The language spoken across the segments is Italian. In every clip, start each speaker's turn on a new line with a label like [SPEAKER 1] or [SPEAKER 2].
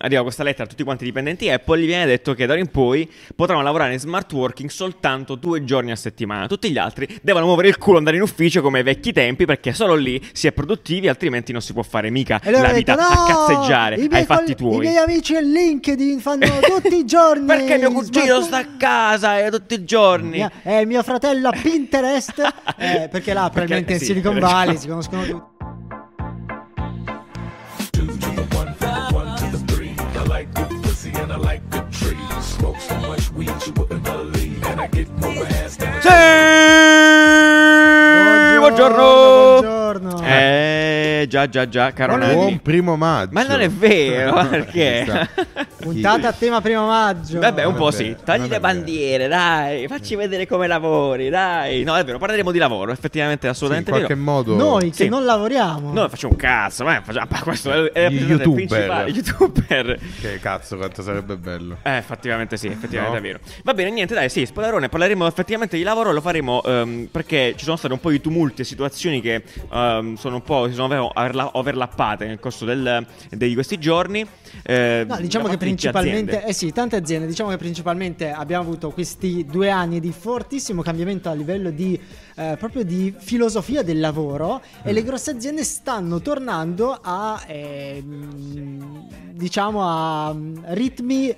[SPEAKER 1] arriva questa lettera a tutti quanti i dipendenti Apple, gli viene detto che da ora in poi potranno lavorare in smart working soltanto due giorni a settimana. Tutti gli altri devono muovere il culo, andare in ufficio come ai vecchi tempi, perché solo lì si è produttivi, altrimenti non si può fare mica
[SPEAKER 2] E loro
[SPEAKER 1] la
[SPEAKER 2] hanno
[SPEAKER 1] vita
[SPEAKER 2] detto,
[SPEAKER 1] a
[SPEAKER 2] "No,
[SPEAKER 1] cazzeggiare
[SPEAKER 2] i miei
[SPEAKER 1] ai fatti
[SPEAKER 2] coll- I
[SPEAKER 1] tuoi.
[SPEAKER 2] miei amici e LinkedIn fanno tutti i giorni.
[SPEAKER 1] Perché mio cugino
[SPEAKER 2] smart-
[SPEAKER 1] sta a casa e tutti i giorni.
[SPEAKER 2] Mia- eh, mio fratello a Pinterest. eh, perché là, probabilmente
[SPEAKER 1] sì,
[SPEAKER 2] in Silicon
[SPEAKER 1] hai
[SPEAKER 2] Valley
[SPEAKER 1] ragione.
[SPEAKER 2] si conoscono tutti.
[SPEAKER 3] Two to the one, one to the three. I like good pussy and I like good tree. Smoke so much weed you wouldn't believe. And I get more ass than a
[SPEAKER 1] Sì! Buongiorno!
[SPEAKER 2] buongiorno.
[SPEAKER 1] Eh, già, già, già, caro
[SPEAKER 2] Buon-
[SPEAKER 1] Nanni.
[SPEAKER 4] Buon primo maggio.
[SPEAKER 1] Ma non è vero, perché?
[SPEAKER 4] Chissà.
[SPEAKER 2] Puntata a tema primo maggio.
[SPEAKER 1] Vabbè, un po'
[SPEAKER 4] Vabbè,
[SPEAKER 1] sì. Togli
[SPEAKER 4] vabbè,
[SPEAKER 1] le
[SPEAKER 4] vabbè.
[SPEAKER 1] bandiere, dai. Facci vedere come lavori, dai. No, è vero, parleremo di lavoro, effettivamente,
[SPEAKER 4] Sì, in
[SPEAKER 1] assolutamente
[SPEAKER 4] qualche
[SPEAKER 1] vero.
[SPEAKER 4] modo.
[SPEAKER 2] Noi che
[SPEAKER 1] Sì.
[SPEAKER 2] non lavoriamo.
[SPEAKER 1] Noi facciamo un cazzo, ma facciamo, ma questo è è
[SPEAKER 4] Gli
[SPEAKER 1] l'episodio
[SPEAKER 4] youtuber.
[SPEAKER 1] principale, youtuber.
[SPEAKER 4] Che cazzo, quanto sarebbe bello.
[SPEAKER 1] Eh, effettivamente sì, effettivamente è
[SPEAKER 4] No.
[SPEAKER 1] vero. Va bene, niente, dai, sì, spoilerone, parleremo effettivamente di lavoro, lo faremo ehm, perché ci sono state un po' di tumulti e situazioni che ehm, sono un po', si sono overla- overlappate nel corso del- di questi giorni. eh,
[SPEAKER 2] No, diciamo
[SPEAKER 1] da parte
[SPEAKER 2] che
[SPEAKER 1] di
[SPEAKER 2] principalmente,
[SPEAKER 1] aziende.
[SPEAKER 2] eh sì, tante aziende, diciamo che principalmente abbiamo avuto questi due anni di fortissimo cambiamento a livello di eh, proprio di filosofia del lavoro e le grosse aziende stanno tornando a eh, mh, diciamo a mh, ritmi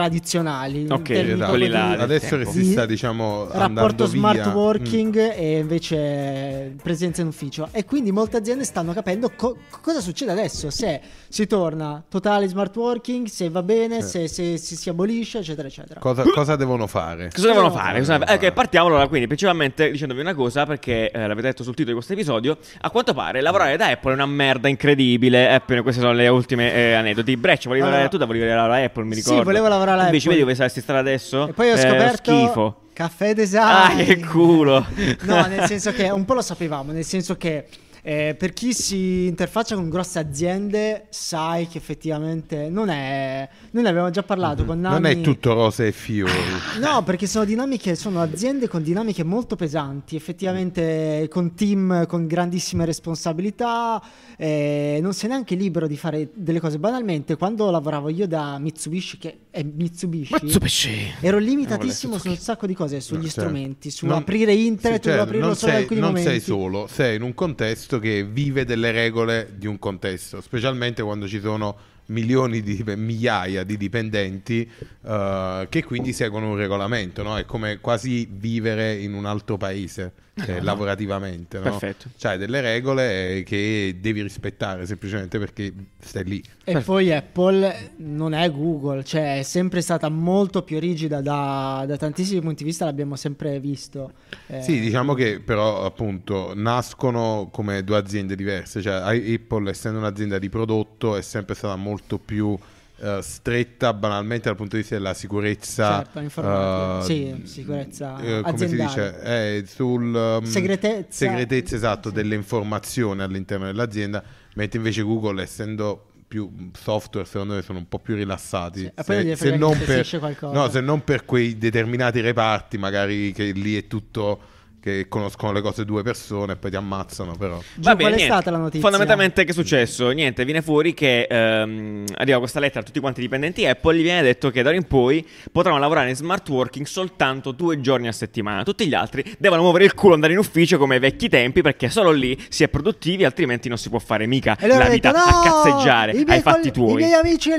[SPEAKER 2] tradizionali. in
[SPEAKER 1] Ok,
[SPEAKER 2] termini
[SPEAKER 4] Esatto.
[SPEAKER 1] quelli
[SPEAKER 2] proprio
[SPEAKER 1] là
[SPEAKER 2] di-
[SPEAKER 1] del
[SPEAKER 4] Adesso
[SPEAKER 1] tempo.
[SPEAKER 4] che si
[SPEAKER 2] di
[SPEAKER 4] sta, diciamo, andando
[SPEAKER 2] rapporto smart
[SPEAKER 4] via, Mm.
[SPEAKER 2] working e invece presenza in ufficio e quindi molte aziende stanno capendo co- cosa succede adesso se si torna totale smart working se va
[SPEAKER 4] Eh.
[SPEAKER 2] bene se, se- se si abolisce eccetera eccetera
[SPEAKER 4] mm, cosa, cosa devono fare?
[SPEAKER 1] Cosa devono
[SPEAKER 2] No.
[SPEAKER 1] fare? Cosa devono- eh, ok, partiamo allora quindi principalmente dicendovi una cosa perché eh, l'avete detto sul titolo di questo episodio, a quanto pare lavorare da Apple è una merda incredibile, Apple, queste sono le ultime eh, aneddoti. Breccia, volevi
[SPEAKER 2] Allora-
[SPEAKER 1] lavorare tu, da volevi lavorare a Apple, mi
[SPEAKER 2] Sì,
[SPEAKER 1] ricordo.
[SPEAKER 2] volevo lavorare alla
[SPEAKER 1] Invece
[SPEAKER 2] Apple.
[SPEAKER 1] vedi dove saresti stare adesso?
[SPEAKER 2] e poi ho
[SPEAKER 1] Eh,
[SPEAKER 2] scoperto
[SPEAKER 1] schifo.
[SPEAKER 2] caffè design
[SPEAKER 1] Ah, che culo.
[SPEAKER 2] no nel senso che un po' lo sapevamo nel senso che eh, per chi si interfaccia con grosse aziende sai che effettivamente non è noi ne avevamo già parlato con
[SPEAKER 4] Mm-hmm. Non è
[SPEAKER 2] Nanni.
[SPEAKER 4] tutto rose e fiori.
[SPEAKER 2] No, perché sono dinamiche, sono aziende con dinamiche molto pesanti, effettivamente con team con grandissime responsabilità, eh, non sei neanche libero di fare delle cose. Banalmente, quando lavoravo io da Mitsubishi, che è Mitsubishi,
[SPEAKER 1] Mitsubishi.
[SPEAKER 2] ero limitatissimo
[SPEAKER 1] Ah,
[SPEAKER 2] su un sacco di cose, sugli
[SPEAKER 4] Eh, No, certo.
[SPEAKER 2] strumenti, su
[SPEAKER 4] Non-
[SPEAKER 2] aprire internet,
[SPEAKER 4] sì, certo,
[SPEAKER 2] su aprirlo
[SPEAKER 4] non
[SPEAKER 2] solo in
[SPEAKER 4] sei-
[SPEAKER 2] alcuni
[SPEAKER 4] non
[SPEAKER 2] momenti.
[SPEAKER 4] sei solo, sei in un contesto che vive delle regole di un contesto, specialmente quando ci sono milioni di dip- migliaia di dipendenti eh, che quindi seguono un regolamento, no? È come quasi vivere in un altro paese eh, lavorativamente, no?
[SPEAKER 1] Perfetto.
[SPEAKER 4] C'hai delle regole eh, che devi rispettare semplicemente perché stai lì.
[SPEAKER 2] E poi Apple non è Google, cioè è sempre stata molto più rigida da, da tantissimi punti di vista, l'abbiamo sempre visto. Eh,
[SPEAKER 4] Sì, diciamo che però appunto nascono come due aziende diverse, cioè i- Apple essendo un'azienda di prodotto è sempre stata molto più eh, stretta banalmente dal punto di vista della sicurezza.
[SPEAKER 2] Certo, informatica.
[SPEAKER 4] eh,
[SPEAKER 2] Sì, sicurezza
[SPEAKER 4] eh, come si
[SPEAKER 2] aziendale.
[SPEAKER 4] dice? Eh, sul, ehm,
[SPEAKER 2] Segretezza.
[SPEAKER 4] segretezza, esatto,
[SPEAKER 2] Sì.
[SPEAKER 4] delle informazioni all'interno dell'azienda, mentre invece Google essendo più software secondo me sono un po' più rilassati
[SPEAKER 2] Sì, e poi non gliene frega niente se esce qualcosa.
[SPEAKER 4] no, se non per quei determinati reparti, magari che lì è tutto che conoscono le cose due persone e poi ti ammazzano, però.
[SPEAKER 1] Va
[SPEAKER 2] Giù,
[SPEAKER 1] bene,
[SPEAKER 2] qual è
[SPEAKER 1] niente.
[SPEAKER 2] stata la notizia?
[SPEAKER 1] Fondamentalmente che è successo? Niente, viene fuori che ehm, arriva questa lettera a tutti quanti i dipendenti Apple, gli viene detto che da ora in poi potranno lavorare in smart working soltanto due giorni a settimana. Tutti gli altri devono muovere il culo, andare in ufficio come ai vecchi tempi perché solo lì si è produttivi, altrimenti non si può fare mica
[SPEAKER 2] E loro
[SPEAKER 1] la
[SPEAKER 2] hanno
[SPEAKER 1] vita
[SPEAKER 2] detto,
[SPEAKER 1] a
[SPEAKER 2] "No,
[SPEAKER 1] cazzeggiare
[SPEAKER 2] i
[SPEAKER 1] ai
[SPEAKER 2] miei
[SPEAKER 1] fatti
[SPEAKER 2] coll-
[SPEAKER 1] tuoi.
[SPEAKER 2] I miei amici e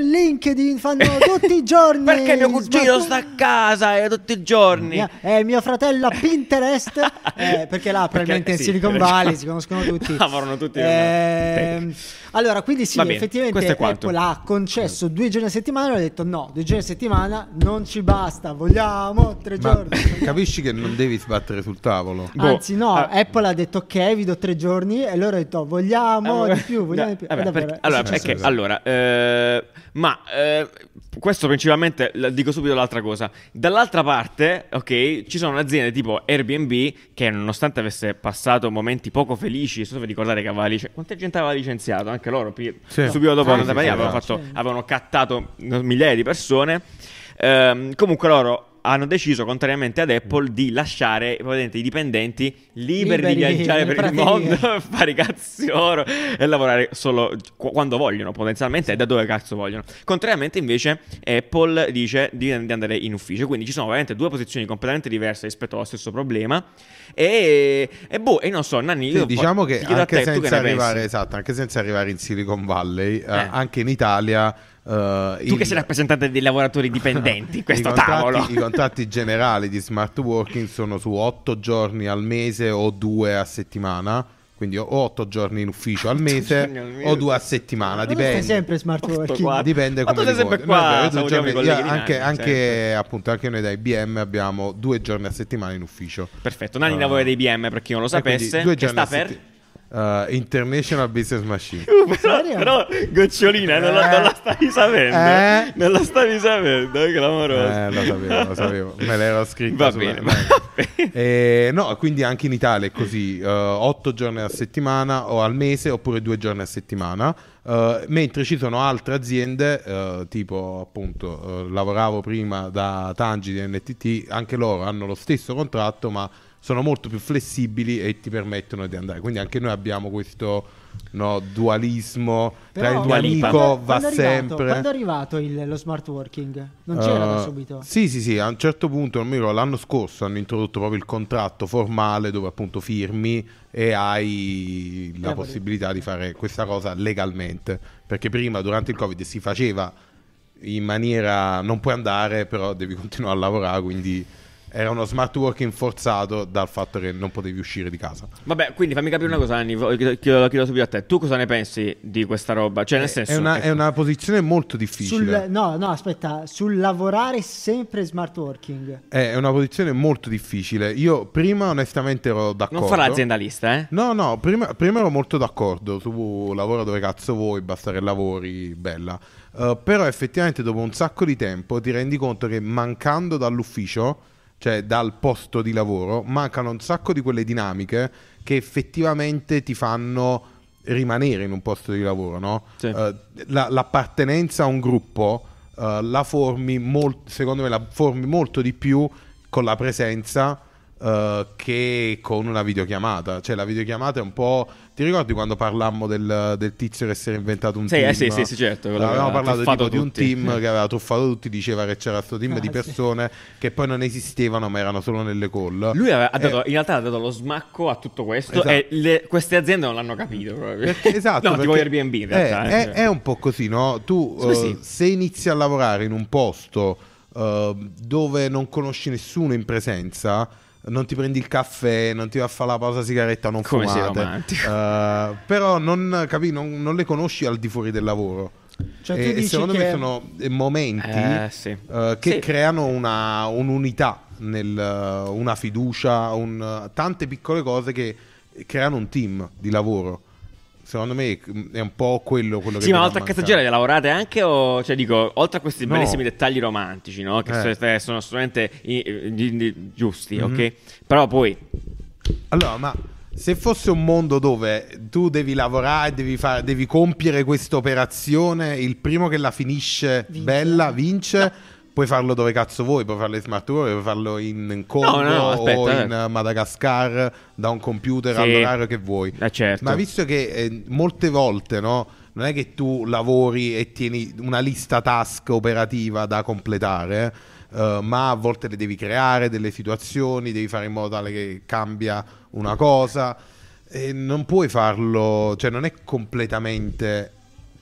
[SPEAKER 2] LinkedIn fanno tutti i giorni.
[SPEAKER 1] Perché mio cugino sta a casa e tutti i giorni.
[SPEAKER 2] Mia- eh, mio fratello a Pinterest. eh, perché là, probabilmente
[SPEAKER 1] sì,
[SPEAKER 2] in Silicon
[SPEAKER 1] hai
[SPEAKER 2] Valley
[SPEAKER 1] ragione.
[SPEAKER 2] si conoscono tutti.
[SPEAKER 1] Lavorano tutti in
[SPEAKER 2] Ehm,
[SPEAKER 1] una-
[SPEAKER 2] allora, quindi sì,
[SPEAKER 1] Va bene,
[SPEAKER 2] effettivamente
[SPEAKER 1] questo è quanto.
[SPEAKER 2] Apple ha concesso due giorni a settimana. E ho detto: no, due giorni a settimana non ci basta. Vogliamo tre
[SPEAKER 4] Ma
[SPEAKER 2] giorni.
[SPEAKER 4] capisci che non devi sbattere sul tavolo.
[SPEAKER 1] Boh,
[SPEAKER 2] Anzi, no,
[SPEAKER 1] ah.
[SPEAKER 2] Apple ha detto ok, vi do tre giorni e loro hanno detto vogliamo
[SPEAKER 1] Eh,
[SPEAKER 2] di più, vogliamo di più.
[SPEAKER 1] vabbè,
[SPEAKER 2] Eh, davvero,
[SPEAKER 1] perché-
[SPEAKER 2] è
[SPEAKER 1] allora,
[SPEAKER 2] successo
[SPEAKER 1] perché-
[SPEAKER 2] così.
[SPEAKER 1] allora, eh, ma eh, questo principalmente, la- dico subito l'altra cosa, dall'altra parte, ok, ci sono aziende tipo Airbnb che nonostante avesse passato momenti poco felici, solo per ricordare che aveva licenziato, quanta gente aveva licenziato, anche loro, pi-
[SPEAKER 4] Sì.
[SPEAKER 1] subito dopo
[SPEAKER 4] Ah,
[SPEAKER 1] andata
[SPEAKER 4] sì,
[SPEAKER 1] via,
[SPEAKER 4] sì,
[SPEAKER 1] avevano,
[SPEAKER 4] sì.
[SPEAKER 1] fatto- avevano cattato migliaia di persone, Ehm, comunque loro... hanno deciso, contrariamente ad Apple, di lasciare probabilmente, i dipendenti liberi, di
[SPEAKER 2] Liberi,
[SPEAKER 1] viaggiare per il
[SPEAKER 2] praticamente.
[SPEAKER 1] mondo, fare i cazzi loro e lavorare solo qu- quando vogliono, potenzialmente, e da dove cazzo vogliono. Contrariamente, invece, Apple dice di, di andare in ufficio. Quindi ci sono veramente due posizioni completamente diverse rispetto allo stesso problema. E, e boh, e non so, Nanni,
[SPEAKER 4] Sì,
[SPEAKER 1] io
[SPEAKER 4] diciamo
[SPEAKER 1] po-
[SPEAKER 4] che
[SPEAKER 1] ti chiedo a
[SPEAKER 4] anche
[SPEAKER 1] te, tu che
[SPEAKER 4] senza
[SPEAKER 1] ne pensi?
[SPEAKER 4] arrivare esatto, anche senza arrivare in Silicon Valley, eh,
[SPEAKER 1] Eh.
[SPEAKER 4] anche in Italia eh,
[SPEAKER 1] Tu
[SPEAKER 4] il-
[SPEAKER 1] che sei rappresentante dei lavoratori dipendenti in questo
[SPEAKER 4] I contratti-
[SPEAKER 1] tavolo.
[SPEAKER 4] I contratti generali di smart working sono su 8 giorni al mese o 2 a settimana. Quindi o 8 giorni in ufficio al
[SPEAKER 1] giorni al
[SPEAKER 4] mese
[SPEAKER 1] mese.
[SPEAKER 4] o 2 a settimana,
[SPEAKER 2] Allora stai
[SPEAKER 4] Ah, dipende.
[SPEAKER 2] sempre smart
[SPEAKER 1] Otto
[SPEAKER 2] working.
[SPEAKER 1] quadri.
[SPEAKER 4] Dipende
[SPEAKER 1] Ma tu
[SPEAKER 4] come
[SPEAKER 1] sei
[SPEAKER 4] li
[SPEAKER 1] sempre
[SPEAKER 4] vuoi.
[SPEAKER 1] qua,
[SPEAKER 4] No, è vero, due
[SPEAKER 1] salutiamo i
[SPEAKER 4] giorni-
[SPEAKER 1] colleghi di
[SPEAKER 4] anche,
[SPEAKER 1] Nanni,
[SPEAKER 4] anche, appunto, anche noi da IBM abbiamo due giorni a settimana in ufficio.
[SPEAKER 1] Perfetto, Nani
[SPEAKER 4] Ah.
[SPEAKER 1] lavora dei BM per chi non lo
[SPEAKER 4] E Eh, quindi
[SPEAKER 1] sapesse,
[SPEAKER 4] due
[SPEAKER 1] che
[SPEAKER 4] giorni
[SPEAKER 1] sta
[SPEAKER 4] a
[SPEAKER 1] per...
[SPEAKER 4] setti- eh, International Business Machine.
[SPEAKER 1] Uh, però,
[SPEAKER 2] Serio?
[SPEAKER 1] però, gocciolina, non, la,
[SPEAKER 4] Eh.
[SPEAKER 1] non la stavi sapendo.
[SPEAKER 4] Eh.
[SPEAKER 1] Non la stavi sapendo, eh, clamoroso.
[SPEAKER 4] Eh, lo sapevo, lo sapevo. Me l'ero scritto
[SPEAKER 1] Va
[SPEAKER 4] sulla-
[SPEAKER 1] bene, va bene.
[SPEAKER 4] Eh, no, quindi anche in Italia è così: 8 giorni a settimana o al mese, oppure 2 giorni a settimana. Eh, mentre ci sono altre aziende, eh, tipo appunto, eh, lavoravo prima da Tangi di NTT, anche loro hanno lo stesso contratto, ma sono molto più flessibili e ti permettono di andare. Quindi anche noi abbiamo questo no, dualismo
[SPEAKER 2] Però-
[SPEAKER 4] tra il mio
[SPEAKER 1] Dualipa.
[SPEAKER 4] amico va
[SPEAKER 2] quando è arrivato-
[SPEAKER 4] sempre.
[SPEAKER 2] Quando è arrivato il- lo smart working? Non
[SPEAKER 4] Eh,
[SPEAKER 2] c'era da subito?
[SPEAKER 4] Sì, sì, sì, a un certo punto, non mi ricordo, l'anno scorso hanno introdotto proprio il contratto formale dove appunto firmi e hai la
[SPEAKER 2] Lavori.
[SPEAKER 4] possibilità di fare questa cosa legalmente, perché prima durante il Covid si faceva in maniera non puoi andare, però devi continuare a lavorare, quindi era uno smart working forzato dal fatto che non potevi uscire di casa.
[SPEAKER 1] Vabbè, quindi fammi capire una cosa, Anni, vo- chiedo, chiedo- chiedo subito a te. Tu cosa ne pensi di questa roba? Cioè, nel senso...
[SPEAKER 4] È una, è
[SPEAKER 1] ecco.
[SPEAKER 4] una posizione molto difficile.
[SPEAKER 2] Sul, no, no, aspetta, sul lavorare sempre smart working.
[SPEAKER 4] È una posizione molto difficile. Io prima onestamente ero d'accordo.
[SPEAKER 1] Non farà aziendalista, eh?
[SPEAKER 4] No, no, prima, prima ero molto d'accordo su lavoro dove cazzo vuoi, basta che lavori, bella. Eh, però effettivamente dopo un sacco di tempo ti rendi conto che mancando dall'ufficio, cioè dal posto di lavoro, mancano un sacco di quelle dinamiche che effettivamente ti fanno rimanere in un posto di lavoro, no?
[SPEAKER 1] Sì.
[SPEAKER 4] Eh, la- l'appartenenza a un gruppo eh, la formi molto, secondo me la formi molto di più con la presenza eh, che con una videochiamata. Cioè la videochiamata è un po'... Ti ricordi quando parlammo del, del tizio che si era inventato un
[SPEAKER 1] Sì,
[SPEAKER 4] team?
[SPEAKER 1] eh, sì, sì, sì, certo, quello che
[SPEAKER 4] Avevamo
[SPEAKER 1] aveva
[SPEAKER 4] parlato
[SPEAKER 1] truffato
[SPEAKER 4] tipo di un
[SPEAKER 1] tutti.
[SPEAKER 4] team che aveva truffato tutti, diceva che c'era questo team
[SPEAKER 2] Ah,
[SPEAKER 4] di
[SPEAKER 2] sì.
[SPEAKER 4] persone che poi non esistevano ma erano solo nelle call.
[SPEAKER 1] Lui aveva- ha
[SPEAKER 4] Eh,
[SPEAKER 1] dato, in realtà ha dato lo smacco a tutto questo
[SPEAKER 4] Esatto.
[SPEAKER 1] e le- queste aziende non l'hanno capito proprio.
[SPEAKER 4] Perché- esatto,
[SPEAKER 1] no, tipo
[SPEAKER 4] perché-
[SPEAKER 1] Airbnb in
[SPEAKER 4] eh,
[SPEAKER 1] realtà. eh.
[SPEAKER 4] è, è un po' così, no? Tu
[SPEAKER 1] Sì,
[SPEAKER 4] eh,
[SPEAKER 1] sì.
[SPEAKER 4] se inizi a lavorare in un posto eh, dove non conosci nessuno in presenza, non ti prendi il caffè, non ti va a fare la pausa sigaretta, non
[SPEAKER 1] Come sei
[SPEAKER 4] fumate.
[SPEAKER 1] romantico.
[SPEAKER 4] eh, però non, capì, non, non le conosci al di fuori del lavoro.
[SPEAKER 2] Cioè, tu
[SPEAKER 4] e
[SPEAKER 2] dici
[SPEAKER 4] secondo
[SPEAKER 2] che-
[SPEAKER 4] me sono eh, momenti
[SPEAKER 1] Eh, sì.
[SPEAKER 4] eh, che
[SPEAKER 1] Sì.
[SPEAKER 4] creano una- un'unità, nel, eh, una fiducia, un- tante piccole cose che creano un team di lavoro. Secondo me è un po' quello, quello che
[SPEAKER 1] Sì, ma
[SPEAKER 4] viene
[SPEAKER 1] oltre a
[SPEAKER 4] a
[SPEAKER 1] cazzo
[SPEAKER 4] mancare.
[SPEAKER 1] le lavorate anche o... Cioè dico, oltre a questi
[SPEAKER 4] No.
[SPEAKER 1] bellissimi dettagli romantici, no? Che
[SPEAKER 4] Eh.
[SPEAKER 1] so- eh, sono assolutamente i- di- di- giusti,
[SPEAKER 4] Mhm.
[SPEAKER 1] ok? Però poi...
[SPEAKER 4] Allora, ma se fosse un mondo dove tu devi lavorare, devi, fare- devi compiere questa operazione, il primo che la finisce
[SPEAKER 2] Vince.
[SPEAKER 4] bella vince. Puoi farlo dove cazzo vuoi, puoi farlo in smart work, puoi farlo in, in Congo
[SPEAKER 1] No, no, no,
[SPEAKER 4] o
[SPEAKER 1] aspetta,
[SPEAKER 4] in
[SPEAKER 1] eh.
[SPEAKER 4] eh, Madagascar da un computer
[SPEAKER 1] Sì.
[SPEAKER 4] all'orario che vuoi.
[SPEAKER 1] Eh, certo.
[SPEAKER 4] Ma visto che eh, molte volte no, non è che tu lavori e tieni una lista task operativa da completare, eh, ma a volte le devi creare delle situazioni, devi fare in modo tale che cambia una cosa. E non puoi farlo, cioè non è completamente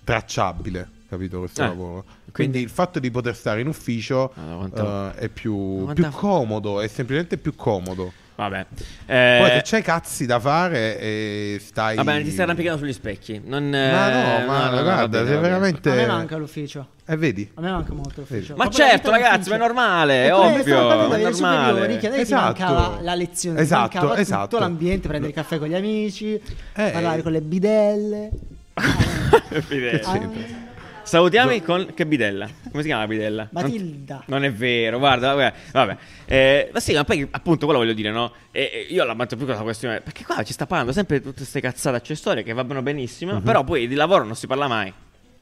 [SPEAKER 4] tracciabile, capito questo
[SPEAKER 1] Eh,
[SPEAKER 4] lavoro? Quindi,
[SPEAKER 1] quindi- Ah,
[SPEAKER 4] il fatto di poter stare in ufficio
[SPEAKER 1] Madonna, quanta-
[SPEAKER 4] eh, è più,
[SPEAKER 1] quanta-
[SPEAKER 4] più comodo, è semplicemente più comodo.
[SPEAKER 1] Vabbè.
[SPEAKER 4] Poi
[SPEAKER 1] Eh,
[SPEAKER 4] se c'hai cazzi da fare eh, stai...
[SPEAKER 1] Vabbè, ti stai arrampicando sugli specchi. Non,
[SPEAKER 4] Ma
[SPEAKER 1] eh,
[SPEAKER 4] no, ma
[SPEAKER 1] no, no, va
[SPEAKER 4] guarda,
[SPEAKER 1] bene,
[SPEAKER 4] sei
[SPEAKER 1] va bene.
[SPEAKER 4] veramente...
[SPEAKER 2] A me manca l'ufficio.
[SPEAKER 4] Eh, vedi? Eh,
[SPEAKER 2] A me manca molto l'ufficio.
[SPEAKER 1] Ma
[SPEAKER 2] Proprio
[SPEAKER 1] certo,
[SPEAKER 2] la vita non
[SPEAKER 1] ragazzi, ma
[SPEAKER 2] funziona.
[SPEAKER 1] è normale, è
[SPEAKER 2] Eppure stavo
[SPEAKER 1] ovvio.
[SPEAKER 2] parlando
[SPEAKER 1] È
[SPEAKER 2] delle superiori, che
[SPEAKER 1] normale.
[SPEAKER 2] non è che ti
[SPEAKER 4] Esatto.
[SPEAKER 2] mancava la lezione, ti
[SPEAKER 4] Esatto,
[SPEAKER 2] mancava
[SPEAKER 4] esatto.
[SPEAKER 2] tutto l'ambiente, prendere il caffè con gli amici,
[SPEAKER 4] Eh.
[SPEAKER 2] parlare con le bidelle.
[SPEAKER 1] Fidel.
[SPEAKER 2] Ah,
[SPEAKER 1] Salutiamo i con. Che bidella? Come si chiama la bidella? Non-
[SPEAKER 2] Matilda.
[SPEAKER 1] Non è vero, guarda, vabbè. vabbè. Eh, ma sì, ma poi appunto quello voglio dire, no? E, e io la metto più con la questione. Perché
[SPEAKER 4] Mhm.
[SPEAKER 1] qua ci sta parlando sempre di tutte queste cazzate accessorie che vanno benissimo, però poi di lavoro non si parla mai.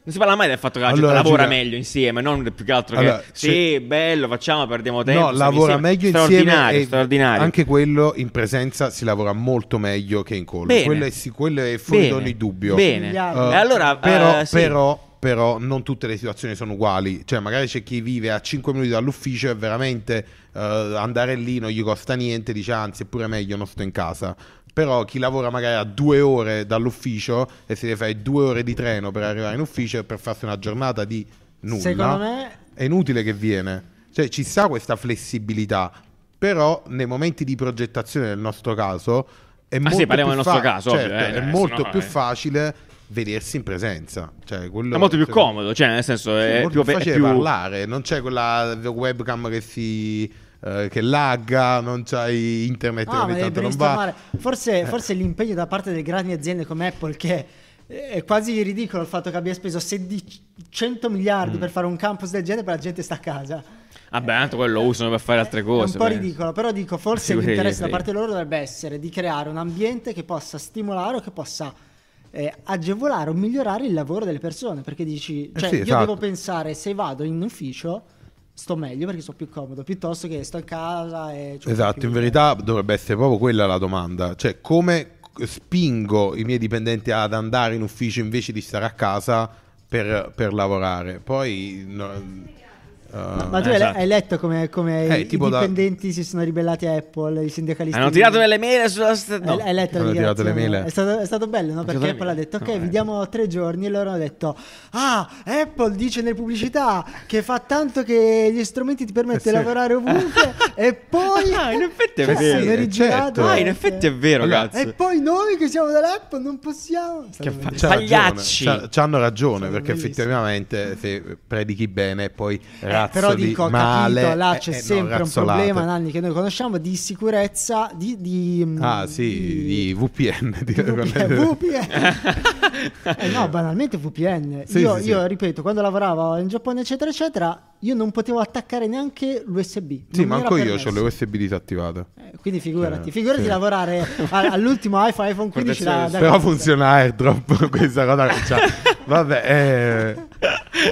[SPEAKER 1] Non si parla mai del fatto che la gente
[SPEAKER 4] Allora,
[SPEAKER 1] lavora
[SPEAKER 4] Giulia-
[SPEAKER 1] meglio insieme, non più che altro
[SPEAKER 4] Allora,
[SPEAKER 1] che
[SPEAKER 4] se-
[SPEAKER 1] sì, bello, facciamo, perdiamo tempo.
[SPEAKER 4] No,
[SPEAKER 1] stiamo
[SPEAKER 4] lavora
[SPEAKER 1] insieme".
[SPEAKER 4] meglio
[SPEAKER 1] straordinario,
[SPEAKER 4] insieme. e
[SPEAKER 1] straordinario.
[SPEAKER 4] Anche quello in presenza si lavora molto meglio che in collo.
[SPEAKER 1] Bene.
[SPEAKER 4] Quello è, sì- quello è fuori da
[SPEAKER 1] Bene.
[SPEAKER 4] ogni dubbio.
[SPEAKER 1] Bene.
[SPEAKER 4] Eh,
[SPEAKER 2] Miliardi.
[SPEAKER 1] E allora,
[SPEAKER 4] però,
[SPEAKER 1] eh, sì.
[SPEAKER 4] però, però non tutte le situazioni sono uguali. Cioè, magari c'è chi vive a 5 minuti dall'ufficio e veramente eh, andare lì non gli costa niente, dice anzi, è pure meglio, non sto in casa. Però chi lavora magari a due ore dall'ufficio e si deve fare due ore di treno per arrivare in ufficio e per farsi una giornata di nulla
[SPEAKER 2] Secondo me
[SPEAKER 4] è inutile che viene. Cioè, ci sta questa flessibilità, però nei momenti di progettazione, nel nostro caso, è molto
[SPEAKER 1] Ah sì, parliamo
[SPEAKER 4] più
[SPEAKER 1] del nostro
[SPEAKER 4] fa-
[SPEAKER 1] caso,
[SPEAKER 4] certo,
[SPEAKER 1] ovvio, eh,
[SPEAKER 4] è
[SPEAKER 1] eh,
[SPEAKER 4] molto
[SPEAKER 1] sennò,
[SPEAKER 4] più
[SPEAKER 1] eh.
[SPEAKER 4] facile vedersi in presenza. Cioè, quello-
[SPEAKER 1] È molto più
[SPEAKER 4] secondo-
[SPEAKER 1] comodo, cioè nel senso
[SPEAKER 4] Sì,
[SPEAKER 1] è,
[SPEAKER 4] molto
[SPEAKER 1] più,
[SPEAKER 4] più
[SPEAKER 1] è
[SPEAKER 4] facile
[SPEAKER 1] più-
[SPEAKER 4] parlare, non c'è quella webcam che si eh, che lagga, non c'hai internet che
[SPEAKER 2] Ah, ma
[SPEAKER 4] ogni
[SPEAKER 2] devi
[SPEAKER 4] tanto non va. Eh.
[SPEAKER 2] brainstormare. Forse, forse l'impegno da parte delle grandi aziende come Apple, che è quasi ridicolo il fatto che abbia speso 16 100 miliardi
[SPEAKER 4] Mm.
[SPEAKER 2] per fare un campus del genere, però la gente sta a casa.
[SPEAKER 1] Vabbè, Ah, tanto quello lo usano per fare altre
[SPEAKER 2] È
[SPEAKER 1] cose.
[SPEAKER 2] un po'
[SPEAKER 1] penso.
[SPEAKER 2] ridicolo, però dico, forse
[SPEAKER 1] Sì, quelli
[SPEAKER 2] l'interesse
[SPEAKER 1] gli
[SPEAKER 2] da
[SPEAKER 1] frega.
[SPEAKER 2] parte loro dovrebbe essere di creare un ambiente che possa stimolare o che possa eh, agevolare o migliorare il lavoro delle persone, perché dici,
[SPEAKER 4] Eh
[SPEAKER 2] cioè,
[SPEAKER 4] sì,
[SPEAKER 2] io
[SPEAKER 4] esatto.
[SPEAKER 2] devo pensare se vado in ufficio sto meglio perché sto più comodo, piuttosto che sto a casa e... c'ho
[SPEAKER 4] Esatto,
[SPEAKER 2] più-
[SPEAKER 4] in verità dovrebbe essere proprio quella la domanda, cioè come spingo i miei dipendenti ad andare in ufficio invece di stare a casa per, per lavorare. Poi no, eh,
[SPEAKER 2] Ma tu hai-
[SPEAKER 1] esatto.
[SPEAKER 2] hai letto come, come
[SPEAKER 4] Eh,
[SPEAKER 2] i
[SPEAKER 4] tipo da-
[SPEAKER 2] dipendenti si sono ribellati a Apple, i sindacalisti...
[SPEAKER 1] Hanno tirato delle mele sulla
[SPEAKER 2] Hai-
[SPEAKER 1] strada. No.
[SPEAKER 2] Hai letto
[SPEAKER 4] Hanno
[SPEAKER 2] le
[SPEAKER 4] tirato Eh, le
[SPEAKER 2] dichiarazioni?
[SPEAKER 4] mele.
[SPEAKER 2] È stato, è stato bello, no? Perché
[SPEAKER 1] tirato le
[SPEAKER 2] Apple ha
[SPEAKER 1] mele.
[SPEAKER 2] detto, ok,
[SPEAKER 1] No,
[SPEAKER 2] vi
[SPEAKER 1] eh.
[SPEAKER 2] diamo tre giorni e loro hanno detto, ah, Apple dice nelle pubblicità che fa tanto che gli strumenti ti permettono
[SPEAKER 4] Eh,
[SPEAKER 2] di
[SPEAKER 4] sì.
[SPEAKER 2] lavorare ovunque e poi...
[SPEAKER 1] Ah, in effetti è
[SPEAKER 2] Cioè,
[SPEAKER 1] vero.
[SPEAKER 2] sono
[SPEAKER 4] Eh,
[SPEAKER 2] rigirato
[SPEAKER 4] certo.
[SPEAKER 1] Ah, in
[SPEAKER 2] anche.
[SPEAKER 1] effetti è vero,
[SPEAKER 4] Allora,
[SPEAKER 1] ragazzi.
[SPEAKER 2] E poi noi che siamo dell'Apple non possiamo... È stato
[SPEAKER 1] Che fa-
[SPEAKER 2] bellissimo.
[SPEAKER 4] c'ha ragione,
[SPEAKER 1] Pagliacci.
[SPEAKER 4] c'ha- c'hanno ragione
[SPEAKER 2] Sono
[SPEAKER 4] perché
[SPEAKER 2] bellissimi.
[SPEAKER 4] effettivamente se predichi bene poi
[SPEAKER 2] Eh,
[SPEAKER 4] razzoli
[SPEAKER 2] però dico, ho
[SPEAKER 4] male
[SPEAKER 2] capito, là
[SPEAKER 4] eh,
[SPEAKER 2] c'è
[SPEAKER 4] eh, no,
[SPEAKER 2] sempre un
[SPEAKER 4] razzolate.
[SPEAKER 2] problema, Nanni, che noi conosciamo di sicurezza, di... di
[SPEAKER 4] Ah sì, di VPN. di-
[SPEAKER 2] VPN. Eh no, banalmente VPN.
[SPEAKER 4] Sì,
[SPEAKER 2] io,
[SPEAKER 4] sì, sì.
[SPEAKER 2] io, ripeto, quando lavoravo in Giappone, eccetera, eccetera, io non potevo attaccare neanche l'USB.
[SPEAKER 4] sì,
[SPEAKER 2] non mi
[SPEAKER 4] manco
[SPEAKER 2] era
[SPEAKER 4] io
[SPEAKER 2] permesso.
[SPEAKER 4] ho le USB disattivate.
[SPEAKER 2] Eh, Quindi figurati,
[SPEAKER 4] Eh,
[SPEAKER 2] figurati
[SPEAKER 4] sì.
[SPEAKER 2] lavorare a- all'ultimo iPhone, iPhone 15 da, da
[SPEAKER 4] Però
[SPEAKER 2] casa.
[SPEAKER 4] funziona airdrop questa cosa che c'ha. Vabbè, eh,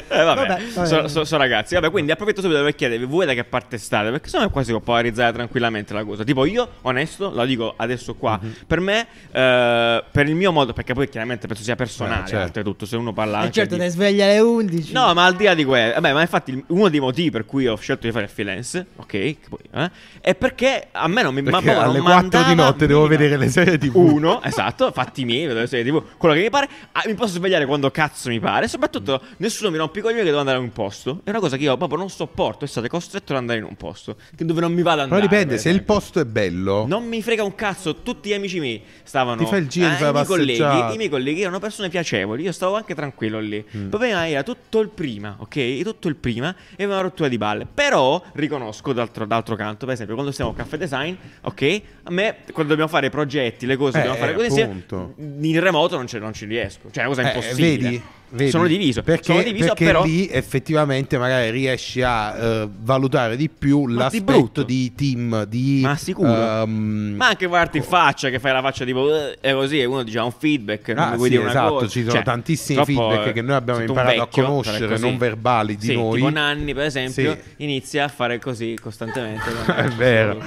[SPEAKER 1] Eh, vabbè,
[SPEAKER 2] Vabbè, vabbè.
[SPEAKER 1] So, so- so ragazzi. Vabbè, quindi approfitto subito per chiedervi voi da che parte state, perché secondo me qua si può polarizzare tranquillamente la cosa. Tipo, io, onesto, la dico adesso qua.
[SPEAKER 4] Mhm.
[SPEAKER 1] Per me, eh, per il mio modo, perché poi chiaramente penso sia personale,
[SPEAKER 4] Eh, certo.
[SPEAKER 1] oltretutto, se uno parla
[SPEAKER 2] Eh,
[SPEAKER 1] anche
[SPEAKER 2] certo,
[SPEAKER 1] di-
[SPEAKER 2] dai sveglia alle 11.
[SPEAKER 1] No, ma al di là di quello, vabbè, ma infatti il- uno dei motivi per cui ho scelto di fare il freelance, ok, che poi, eh, è perché a me non mi ma
[SPEAKER 4] perché
[SPEAKER 1] proprio non
[SPEAKER 4] alle 4
[SPEAKER 1] mandava
[SPEAKER 4] di notte devo
[SPEAKER 1] minima.
[SPEAKER 4] vedere le serie TV.
[SPEAKER 1] Uno, esatto, fatti miei, vedo le serie TV, quello che mi pare. Ah, mi posso svegliare quando cazzo mi pare. Soprattutto, nessuno mi rompe i coglioni che devo andare in un posto. È una cosa che io proprio non sopporto. Essere costretto ad andare in un posto che- dove non mi vado ad
[SPEAKER 4] Però
[SPEAKER 1] andare.
[SPEAKER 4] dipende,
[SPEAKER 1] per
[SPEAKER 4] se il
[SPEAKER 1] esempio.
[SPEAKER 4] posto è bello,
[SPEAKER 1] Non mi frega un cazzo, tutti gli amici miei stavano.
[SPEAKER 4] Ti fai il giro,
[SPEAKER 1] eh,
[SPEAKER 4] ti fai
[SPEAKER 1] i, miei
[SPEAKER 4] la passeggiata. Mm.
[SPEAKER 1] colleghi, I miei colleghi erano persone piacevoli, io stavo anche tranquillo lì. Il problema era tutto il prima, ok? Tutto il prima e una rottura di balle. Però riconosco d'altro, d'altro canto, per esempio, quando stiamo a caffè design, ok? A me, quando dobbiamo fare progetti, le cose
[SPEAKER 4] Eh,
[SPEAKER 1] che dobbiamo fare
[SPEAKER 4] eh,
[SPEAKER 1] così insieme,
[SPEAKER 4] appunto.
[SPEAKER 1] in remoto non, ce- non ci riesco. Cioè, è una cosa
[SPEAKER 4] eh,
[SPEAKER 1] impossibile.
[SPEAKER 4] vedi, vedi?
[SPEAKER 1] Sono diviso.
[SPEAKER 4] Perché,
[SPEAKER 1] Sono diviso,
[SPEAKER 4] perché
[SPEAKER 1] però.
[SPEAKER 4] lì effettivamente magari riesci a eh, valutare di più
[SPEAKER 1] Ma di
[SPEAKER 4] l'aspetto
[SPEAKER 1] brutto.
[SPEAKER 4] di team, di...
[SPEAKER 1] Ma sicuro.
[SPEAKER 4] ehm,
[SPEAKER 1] Ma anche guardarti in faccia, che fai la faccia tipo "Eh", è così, e uno dice "Ah, un feedback, non
[SPEAKER 4] Ah,
[SPEAKER 1] mi vuoi
[SPEAKER 4] sì,
[SPEAKER 1] dire una
[SPEAKER 4] esatto,
[SPEAKER 1] cosa".
[SPEAKER 4] ci sono
[SPEAKER 1] Cioè,
[SPEAKER 4] tantissimi
[SPEAKER 1] purtroppo,
[SPEAKER 4] feedback
[SPEAKER 1] eh,
[SPEAKER 4] che noi abbiamo
[SPEAKER 1] sotto un
[SPEAKER 4] imparato a
[SPEAKER 1] vecchio,
[SPEAKER 4] conoscere,
[SPEAKER 1] così.
[SPEAKER 4] non verbali di
[SPEAKER 1] Sì,
[SPEAKER 4] noi.
[SPEAKER 1] Tipo Nanni, per esempio,
[SPEAKER 4] Sì.
[SPEAKER 1] inizia a fare così costantemente.
[SPEAKER 4] È vero.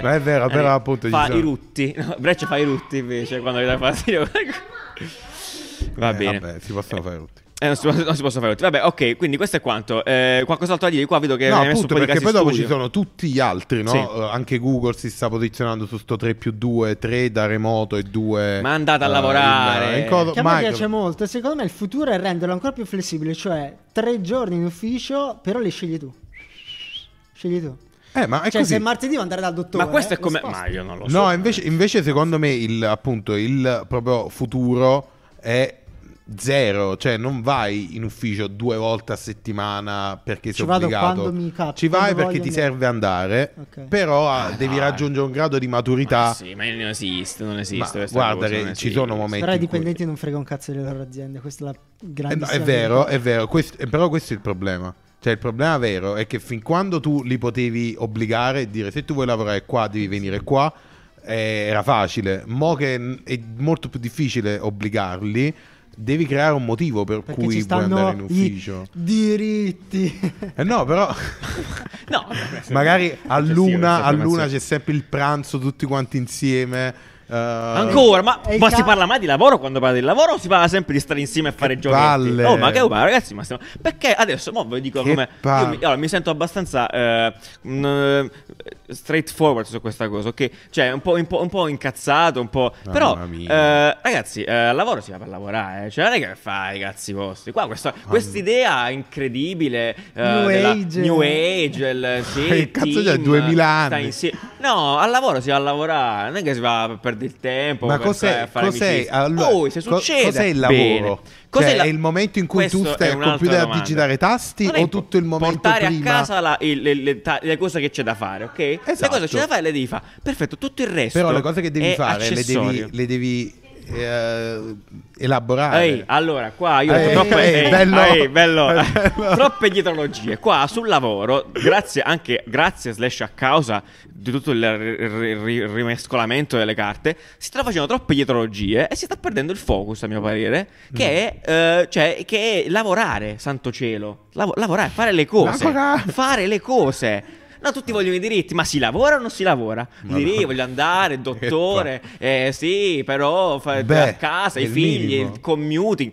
[SPEAKER 4] Ma è vero, però, appunto, ci
[SPEAKER 1] Eh, fa
[SPEAKER 4] sono-
[SPEAKER 1] i rutti. No, Breccia fa i rutti invece quando gli dai fastidio. Va
[SPEAKER 4] Eh,
[SPEAKER 1] bene.
[SPEAKER 4] Vabbè, si possono fare tutti.
[SPEAKER 1] Eh, non, si, può- non si possono fare tutti. Vabbè, ok, quindi questo è quanto. Eh, qualcos'altro da dire? Qua vedo che
[SPEAKER 4] no,
[SPEAKER 1] hai messo un
[SPEAKER 4] appunto,
[SPEAKER 1] po' di
[SPEAKER 4] perché
[SPEAKER 1] casi
[SPEAKER 4] poi dopo
[SPEAKER 1] studio.
[SPEAKER 4] ci sono tutti gli altri, no?
[SPEAKER 1] Sì.
[SPEAKER 4] Eh, anche Google si sta posizionando su sto 3 più 2, 3 da remoto e eh, 2...
[SPEAKER 1] Ma andate a lavorare.
[SPEAKER 2] Che a me piace molto, secondo me il futuro è renderlo ancora più flessibile, cioè tre giorni in ufficio, però li scegli tu. Scegli tu.
[SPEAKER 4] Eh, ma è
[SPEAKER 2] cioè,
[SPEAKER 4] così.
[SPEAKER 2] se martedì devo andare dal dottore. eh,
[SPEAKER 1] Ma questo è
[SPEAKER 2] lo
[SPEAKER 1] come...
[SPEAKER 2] sposto.
[SPEAKER 1] Ma io non lo so.
[SPEAKER 4] eh, No, invece, invece secondo me il, appunto, il proprio futuro è zero, cioè non vai in ufficio due volte a settimana perché
[SPEAKER 2] Ci
[SPEAKER 4] sei
[SPEAKER 2] vado
[SPEAKER 4] obbligato.
[SPEAKER 2] quando mi capita,
[SPEAKER 4] Ci vai
[SPEAKER 2] quando
[SPEAKER 4] perché
[SPEAKER 2] voglio
[SPEAKER 4] ti
[SPEAKER 2] andare.
[SPEAKER 4] serve andare,
[SPEAKER 2] Ok.
[SPEAKER 4] però ah,
[SPEAKER 1] Ah,
[SPEAKER 4] devi
[SPEAKER 1] dai.
[SPEAKER 4] raggiungere un grado di
[SPEAKER 1] Ma
[SPEAKER 4] maturità.
[SPEAKER 1] sì, ma non esiste, non esiste.
[SPEAKER 4] Ma
[SPEAKER 1] questa
[SPEAKER 4] guarda
[SPEAKER 1] cosa,
[SPEAKER 4] che
[SPEAKER 1] non
[SPEAKER 4] ci
[SPEAKER 1] esiste.
[SPEAKER 4] sono momenti-
[SPEAKER 2] Però i
[SPEAKER 4] in cui-
[SPEAKER 2] dipendenti non frega un cazzo delle loro aziende, questa è la
[SPEAKER 4] Eh, no,
[SPEAKER 2] grande
[SPEAKER 4] è vero, è vero, questo- eh, però questo è il problema. Cioè, il problema vero è che fin quando tu li potevi obbligare e dire se tu vuoi lavorare qua, devi venire qua, eh, era facile. Mo' che n- è molto più difficile obbligarli. devi creare un motivo per
[SPEAKER 2] Perché ci
[SPEAKER 4] cui puoi andare in
[SPEAKER 2] stanno i
[SPEAKER 4] ufficio.
[SPEAKER 2] diritti.
[SPEAKER 4] Eh no, però
[SPEAKER 1] No, vabbè, se-
[SPEAKER 4] magari a
[SPEAKER 1] eccessivo,
[SPEAKER 4] luna, a
[SPEAKER 1] eccessivo,
[SPEAKER 4] luna
[SPEAKER 1] eccessivo.
[SPEAKER 4] c'è sempre il pranzo tutti quanti insieme. eh,
[SPEAKER 1] Ancora, ma,
[SPEAKER 2] E i
[SPEAKER 1] ma
[SPEAKER 2] ca-
[SPEAKER 1] si parla mai di lavoro quando parla di lavoro o si parla sempre di stare insieme e fare giochi?
[SPEAKER 4] palle.
[SPEAKER 1] Oh, ma che ma ragazzi, ma stiamo... perché adesso mo ve lo dico
[SPEAKER 4] Che
[SPEAKER 1] come
[SPEAKER 4] palle.
[SPEAKER 1] io mi, allora, mi sento abbastanza eh, mh, straightforward su questa cosa, ok? Cioè, un po', un po'- un po' incazzato, un po'.
[SPEAKER 4] Mamma
[SPEAKER 1] Però
[SPEAKER 4] mia.
[SPEAKER 1] eh, ragazzi, eh, al lavoro si va per lavorare, eh. cioè non è che fai i cazzi vostri. Qua questa idea incredibile eh,
[SPEAKER 2] New
[SPEAKER 1] della
[SPEAKER 2] Age.
[SPEAKER 1] New Age, il, sì,
[SPEAKER 4] Che
[SPEAKER 1] il
[SPEAKER 4] cazzo c'è,
[SPEAKER 1] team,
[SPEAKER 4] 2000
[SPEAKER 1] stai
[SPEAKER 4] anni?
[SPEAKER 1] insieme- No, al lavoro si va a lavorare, non è che si va per perdere il tempo.
[SPEAKER 4] Ma
[SPEAKER 1] per
[SPEAKER 4] cos'è,
[SPEAKER 1] fare
[SPEAKER 4] cos'è-
[SPEAKER 1] amicizia.
[SPEAKER 4] allora,
[SPEAKER 1] Poi, se
[SPEAKER 4] co-
[SPEAKER 1] succede,
[SPEAKER 4] cos'è il
[SPEAKER 1] bene.
[SPEAKER 4] lavoro?
[SPEAKER 1] Cos'è
[SPEAKER 4] Cioè,
[SPEAKER 1] la-
[SPEAKER 4] è il momento in cui tu
[SPEAKER 1] Questo
[SPEAKER 4] stai
[SPEAKER 1] è
[SPEAKER 4] al
[SPEAKER 1] un'altra
[SPEAKER 4] computer a
[SPEAKER 1] domanda.
[SPEAKER 4] digitare tasti
[SPEAKER 1] Non è
[SPEAKER 4] o
[SPEAKER 1] impo-
[SPEAKER 4] tutto il momento
[SPEAKER 1] portare
[SPEAKER 4] prima?
[SPEAKER 1] a casa la- il- le, le ta- le cose che c'è da fare, ok? Le
[SPEAKER 4] Esatto.
[SPEAKER 1] cose che c'è da fare le devi fare. Perfetto, tutto il resto.
[SPEAKER 4] Però le cose che devi
[SPEAKER 1] è
[SPEAKER 4] fare le
[SPEAKER 1] accessorio.
[SPEAKER 4] devi, le devi, eh, elaborare.
[SPEAKER 1] Ehi, allora, qua io ho
[SPEAKER 4] Ehi,
[SPEAKER 1] detto troppe,
[SPEAKER 4] ehi,
[SPEAKER 1] ehi,
[SPEAKER 4] bello.
[SPEAKER 1] ehi, bello.
[SPEAKER 4] Bello.
[SPEAKER 1] troppe dietrologie. Qua sul lavoro, grazie anche grazie slash a causa di tutto il ri- ri- rimescolamento delle carte, si sta facendo troppe dietrologie e si sta perdendo il focus, a mio parere,
[SPEAKER 4] Mm.
[SPEAKER 1] che, è, eh, cioè, che è lavorare, santo cielo. Lav- lavorare, fare le cose.
[SPEAKER 4] Lavorare.
[SPEAKER 1] Fare le cose. No, tutti vogliono i diritti, ma si lavora o non si lavora? I
[SPEAKER 4] Madonna.
[SPEAKER 1] diritti, voglio andare, dottore, eh, sì, però fa-
[SPEAKER 4] Beh,
[SPEAKER 1] a casa,
[SPEAKER 4] è
[SPEAKER 1] i
[SPEAKER 4] il
[SPEAKER 1] figli,
[SPEAKER 4] minimo.
[SPEAKER 1] il commuting.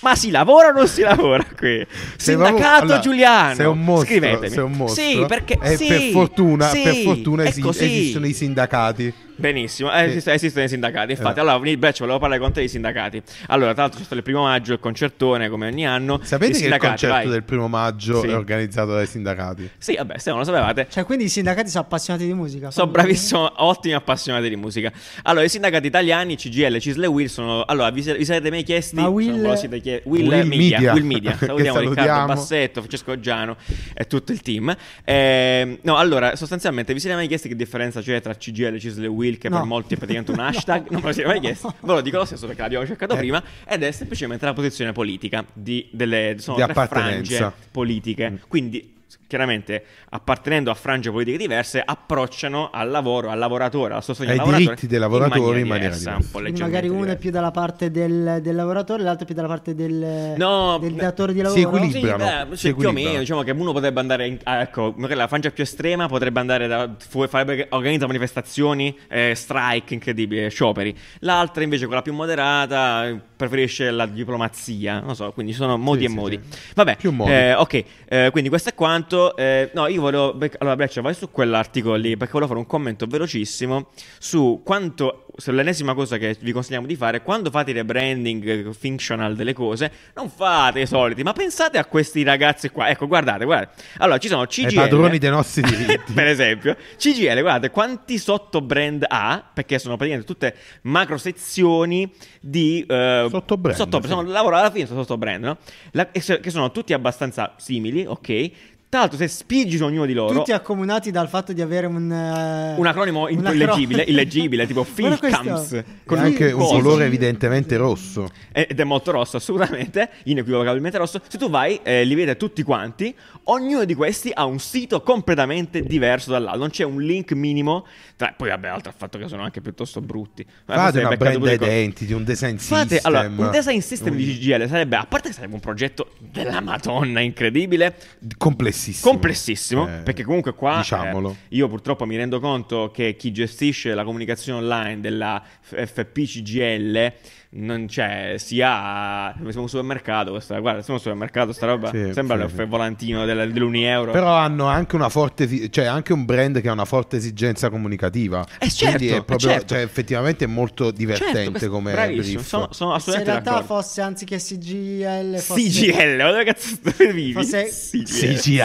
[SPEAKER 1] Ma si lavora o non si lavora qui?
[SPEAKER 4] Sei
[SPEAKER 1] Sindacato
[SPEAKER 4] proprio- allora,
[SPEAKER 1] Giuliano.
[SPEAKER 4] sei un mostro,
[SPEAKER 1] scrivetemi.
[SPEAKER 4] sei un mostro.
[SPEAKER 1] Sì, perché
[SPEAKER 4] E
[SPEAKER 1] sì,
[SPEAKER 4] per fortuna,
[SPEAKER 1] sì,
[SPEAKER 4] per fortuna
[SPEAKER 1] è
[SPEAKER 4] esi-
[SPEAKER 1] così.
[SPEAKER 4] esistono i sindacati.
[SPEAKER 1] Benissimo, eh, esist- esistono i sindacati. Infatti,
[SPEAKER 4] Eh.
[SPEAKER 1] allora, Vinil Breccia, volevo parlare con te dei sindacati. Allora, tra l'altro, c'è stato il primo maggio, il concertone come ogni anno.
[SPEAKER 4] Sapete
[SPEAKER 1] I
[SPEAKER 4] che il
[SPEAKER 1] sindacati,
[SPEAKER 4] concerto
[SPEAKER 1] vai.
[SPEAKER 4] del primo maggio
[SPEAKER 1] Sì.
[SPEAKER 4] è organizzato dai sindacati?
[SPEAKER 1] Sì, vabbè, se non lo sapevate,
[SPEAKER 2] Cioè, quindi i sindacati sono appassionati di musica.
[SPEAKER 1] Sono
[SPEAKER 2] Fanno-
[SPEAKER 1] bravissimo, ottimi appassionati di musica. Allora, i sindacati italiani, CGL, Cisle Will, sono... Allora, vi, vi sarete mai chiesti...
[SPEAKER 2] Ma Will-
[SPEAKER 1] non ve lo siete chie- Will,
[SPEAKER 4] Will
[SPEAKER 1] Media.
[SPEAKER 4] Media.
[SPEAKER 1] Will Media.
[SPEAKER 4] Che
[SPEAKER 1] Salutiamo Riccardo
[SPEAKER 4] salutiamo.
[SPEAKER 1] Bassetto, Francesco Giano e tutto il team. Ehm, no, allora, sostanzialmente, vi siete mai chiesti che differenza c'è tra CGL e Cisle Will, che
[SPEAKER 2] No.
[SPEAKER 1] per molti è praticamente un
[SPEAKER 2] No.
[SPEAKER 1] hashtag? Non ve lo siete mai chiesti? Ve lo dico lo stesso perché l'abbiamo cercato
[SPEAKER 4] Eh.
[SPEAKER 1] prima. Ed è semplicemente la posizione politica di, delle... Sono
[SPEAKER 4] Di
[SPEAKER 1] tre
[SPEAKER 4] appartenenza.
[SPEAKER 1] frange politiche.
[SPEAKER 4] Mm.
[SPEAKER 1] Quindi chiaramente appartenendo a frange politiche diverse approcciano al lavoro, al lavoratore, al sostegno
[SPEAKER 4] Ai
[SPEAKER 1] del lavoratore
[SPEAKER 4] diritti dei lavoratori
[SPEAKER 1] in
[SPEAKER 4] in
[SPEAKER 1] maniera
[SPEAKER 4] maniera
[SPEAKER 1] diversa,
[SPEAKER 4] diversa.
[SPEAKER 1] un po'
[SPEAKER 2] Quindi magari uno è
[SPEAKER 1] leggermente
[SPEAKER 2] più dalla parte del, del lavoratore, l'altro è più dalla parte del,
[SPEAKER 1] No,
[SPEAKER 2] del
[SPEAKER 1] eh,
[SPEAKER 2] datore di
[SPEAKER 4] si
[SPEAKER 2] lavoro.
[SPEAKER 4] equilibra.
[SPEAKER 1] Sì,
[SPEAKER 4] Equilibrano,
[SPEAKER 1] beh,
[SPEAKER 4] si
[SPEAKER 1] cioè, più o
[SPEAKER 4] equilibrano.
[SPEAKER 1] meno, diciamo che uno potrebbe andare in, ah, ecco, magari la frangia più estrema potrebbe andare da fu- farebbe- organizza manifestazioni, eh, strike incredibili, eh, scioperi. L'altra invece, quella più moderata, eh, preferisce la diplomazia, non so, quindi ci sono modi
[SPEAKER 4] Sì,
[SPEAKER 1] e
[SPEAKER 4] sì,
[SPEAKER 1] modi.
[SPEAKER 4] sì.
[SPEAKER 1] Vabbè,
[SPEAKER 4] Più modi.
[SPEAKER 1] eh, ok, eh, quindi questo è quanto. Eh, no, io volevo bec- allora Breccia, vai su quell'articolo lì perché volevo fare un commento velocissimo su quanto se l'ennesima cosa che vi consigliamo di fare quando fate il rebranding eh, functional delle cose non fate i soliti ma pensate a questi ragazzi qua ecco guardate guardate allora ci eh? sono CGL
[SPEAKER 4] Ai Eh, padroni dei nostri diritti.
[SPEAKER 1] per esempio CGL guardate quanti sottobrand ha perché sono praticamente tutte macro sezioni di eh,
[SPEAKER 4] Sottobrand,
[SPEAKER 1] sotto-
[SPEAKER 4] sì.
[SPEAKER 1] sono- lavoro alla fine sono sottobrand no? La- e se- che sono tutti abbastanza simili ok tra l'altro se spingi su ognuno di loro
[SPEAKER 2] Tutti accomunati dal fatto di avere un... eh,
[SPEAKER 1] un acronimo
[SPEAKER 2] un
[SPEAKER 1] in-
[SPEAKER 2] acronimo.
[SPEAKER 1] illeggibile, illeggibile, tipo
[SPEAKER 2] Guarda questo.
[SPEAKER 1] Philcams
[SPEAKER 4] Con
[SPEAKER 2] Sì,
[SPEAKER 4] anche un
[SPEAKER 2] sì,
[SPEAKER 4] colore
[SPEAKER 2] sì.
[SPEAKER 4] evidentemente rosso.
[SPEAKER 1] eh, ed è molto rosso assolutamente, inequivocabilmente rosso. Se tu vai, eh, li vede tutti quanti, ognuno di questi ha un sito completamente diverso dall'altro, non c'è un link minimo. Tra... Poi vabbè, altro il fatto che sono anche piuttosto brutti. Ma forse
[SPEAKER 4] Fate
[SPEAKER 1] è
[SPEAKER 4] una
[SPEAKER 1] peccato
[SPEAKER 4] brand
[SPEAKER 1] pure di co-
[SPEAKER 4] identity, un design
[SPEAKER 1] Fate,
[SPEAKER 4] system.
[SPEAKER 1] allora, un design system di GGL sarebbe, a parte che sarebbe un progetto della madonna incredibile,
[SPEAKER 4] complessissimo.
[SPEAKER 1] complessissimo
[SPEAKER 4] Eh,
[SPEAKER 1] perché comunque qua
[SPEAKER 4] Diciamolo.
[SPEAKER 1] eh, io purtroppo mi rendo conto che chi gestisce la comunicazione online della F- FPCGL non c'è si ha siamo un supermercato questa guarda siamo un supermercato sta roba
[SPEAKER 4] Sì,
[SPEAKER 1] sembra
[SPEAKER 4] sì,
[SPEAKER 1] il
[SPEAKER 4] sì.
[SPEAKER 1] volantino della- dell'Unieuro
[SPEAKER 4] Però hanno anche una forte, esi- cioè anche un brand che ha una forte esigenza comunicativa.
[SPEAKER 1] Eh, certo,
[SPEAKER 4] Quindi è proprio,
[SPEAKER 1] eh, certo.
[SPEAKER 4] cioè, effettivamente è molto
[SPEAKER 1] Certo,
[SPEAKER 4] divertente
[SPEAKER 1] questo-
[SPEAKER 4] come
[SPEAKER 1] bravissimo,
[SPEAKER 4] brief.
[SPEAKER 1] sono, sono
[SPEAKER 2] Se in
[SPEAKER 1] assolutamente
[SPEAKER 2] realtà
[SPEAKER 1] d'accordo
[SPEAKER 2] fosse anziché CGL... Fosse...
[SPEAKER 1] CGL ma dove cazzo dove vivi?
[SPEAKER 2] Fosse-
[SPEAKER 4] CGI.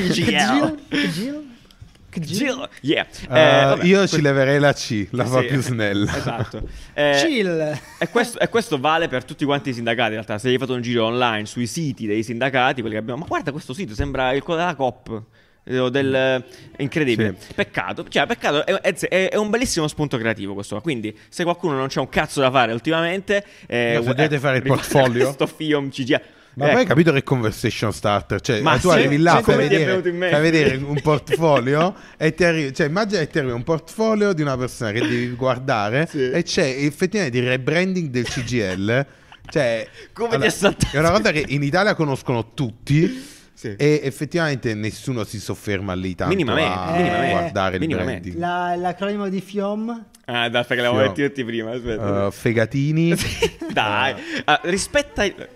[SPEAKER 1] CGL
[SPEAKER 2] CGL. CGL.
[SPEAKER 1] CGL. yeah. Eh,
[SPEAKER 4] Eh,
[SPEAKER 1] vabbè,
[SPEAKER 4] io
[SPEAKER 1] que-
[SPEAKER 4] ci leverei la C, la
[SPEAKER 1] Sì,
[SPEAKER 4] fa più snella.
[SPEAKER 1] Esatto. Eh,
[SPEAKER 2] Chill.
[SPEAKER 1] E questo, e questo vale per tutti quanti i sindacati. In realtà, se hai fatto un giro online sui siti dei sindacati, quelli che abbiamo. Ma guarda questo sito, sembra il quello della COP. eh, o Del... Incredibile.
[SPEAKER 4] Sì.
[SPEAKER 1] Peccato. Cioè, peccato. È, è- è un bellissimo spunto creativo questo. qua. Quindi, se qualcuno non c'è un cazzo da fare ultimamente. Eh,
[SPEAKER 4] No, se dovete fare il
[SPEAKER 1] riguarda
[SPEAKER 4] portfolio.
[SPEAKER 1] Questo film CGI.
[SPEAKER 4] Ma
[SPEAKER 1] Eh,
[SPEAKER 4] poi hai capito che è conversation starter? Cioè,
[SPEAKER 1] Ecco. Ma
[SPEAKER 4] tu
[SPEAKER 1] sì,
[SPEAKER 4] arrivi
[SPEAKER 1] sì,
[SPEAKER 4] là, fai
[SPEAKER 1] come ti è
[SPEAKER 4] vedere,
[SPEAKER 1] venuto in mente?
[SPEAKER 4] fai vedere un portfolio e ti arrivi, cioè, immagina che ti arrivi un portfolio di una persona che devi guardare
[SPEAKER 1] Sì.
[SPEAKER 4] e c'è effettivamente il rebranding del CGL Cioè,
[SPEAKER 1] Come ti ha saltato?
[SPEAKER 4] È una cosa che in Italia conoscono tutti.
[SPEAKER 1] Sì.
[SPEAKER 4] E effettivamente nessuno si sofferma lì tanto
[SPEAKER 1] Minimamente,
[SPEAKER 4] a
[SPEAKER 2] minimamente,
[SPEAKER 4] guardare il
[SPEAKER 1] minimamente.
[SPEAKER 4] branding.
[SPEAKER 2] La- l'acronimo di FIOM
[SPEAKER 1] Ah, dai, perché l'avevo detto io ti prima. Aspetta.
[SPEAKER 4] Uh, fegatini,
[SPEAKER 1] dai, Ah, rispetta il...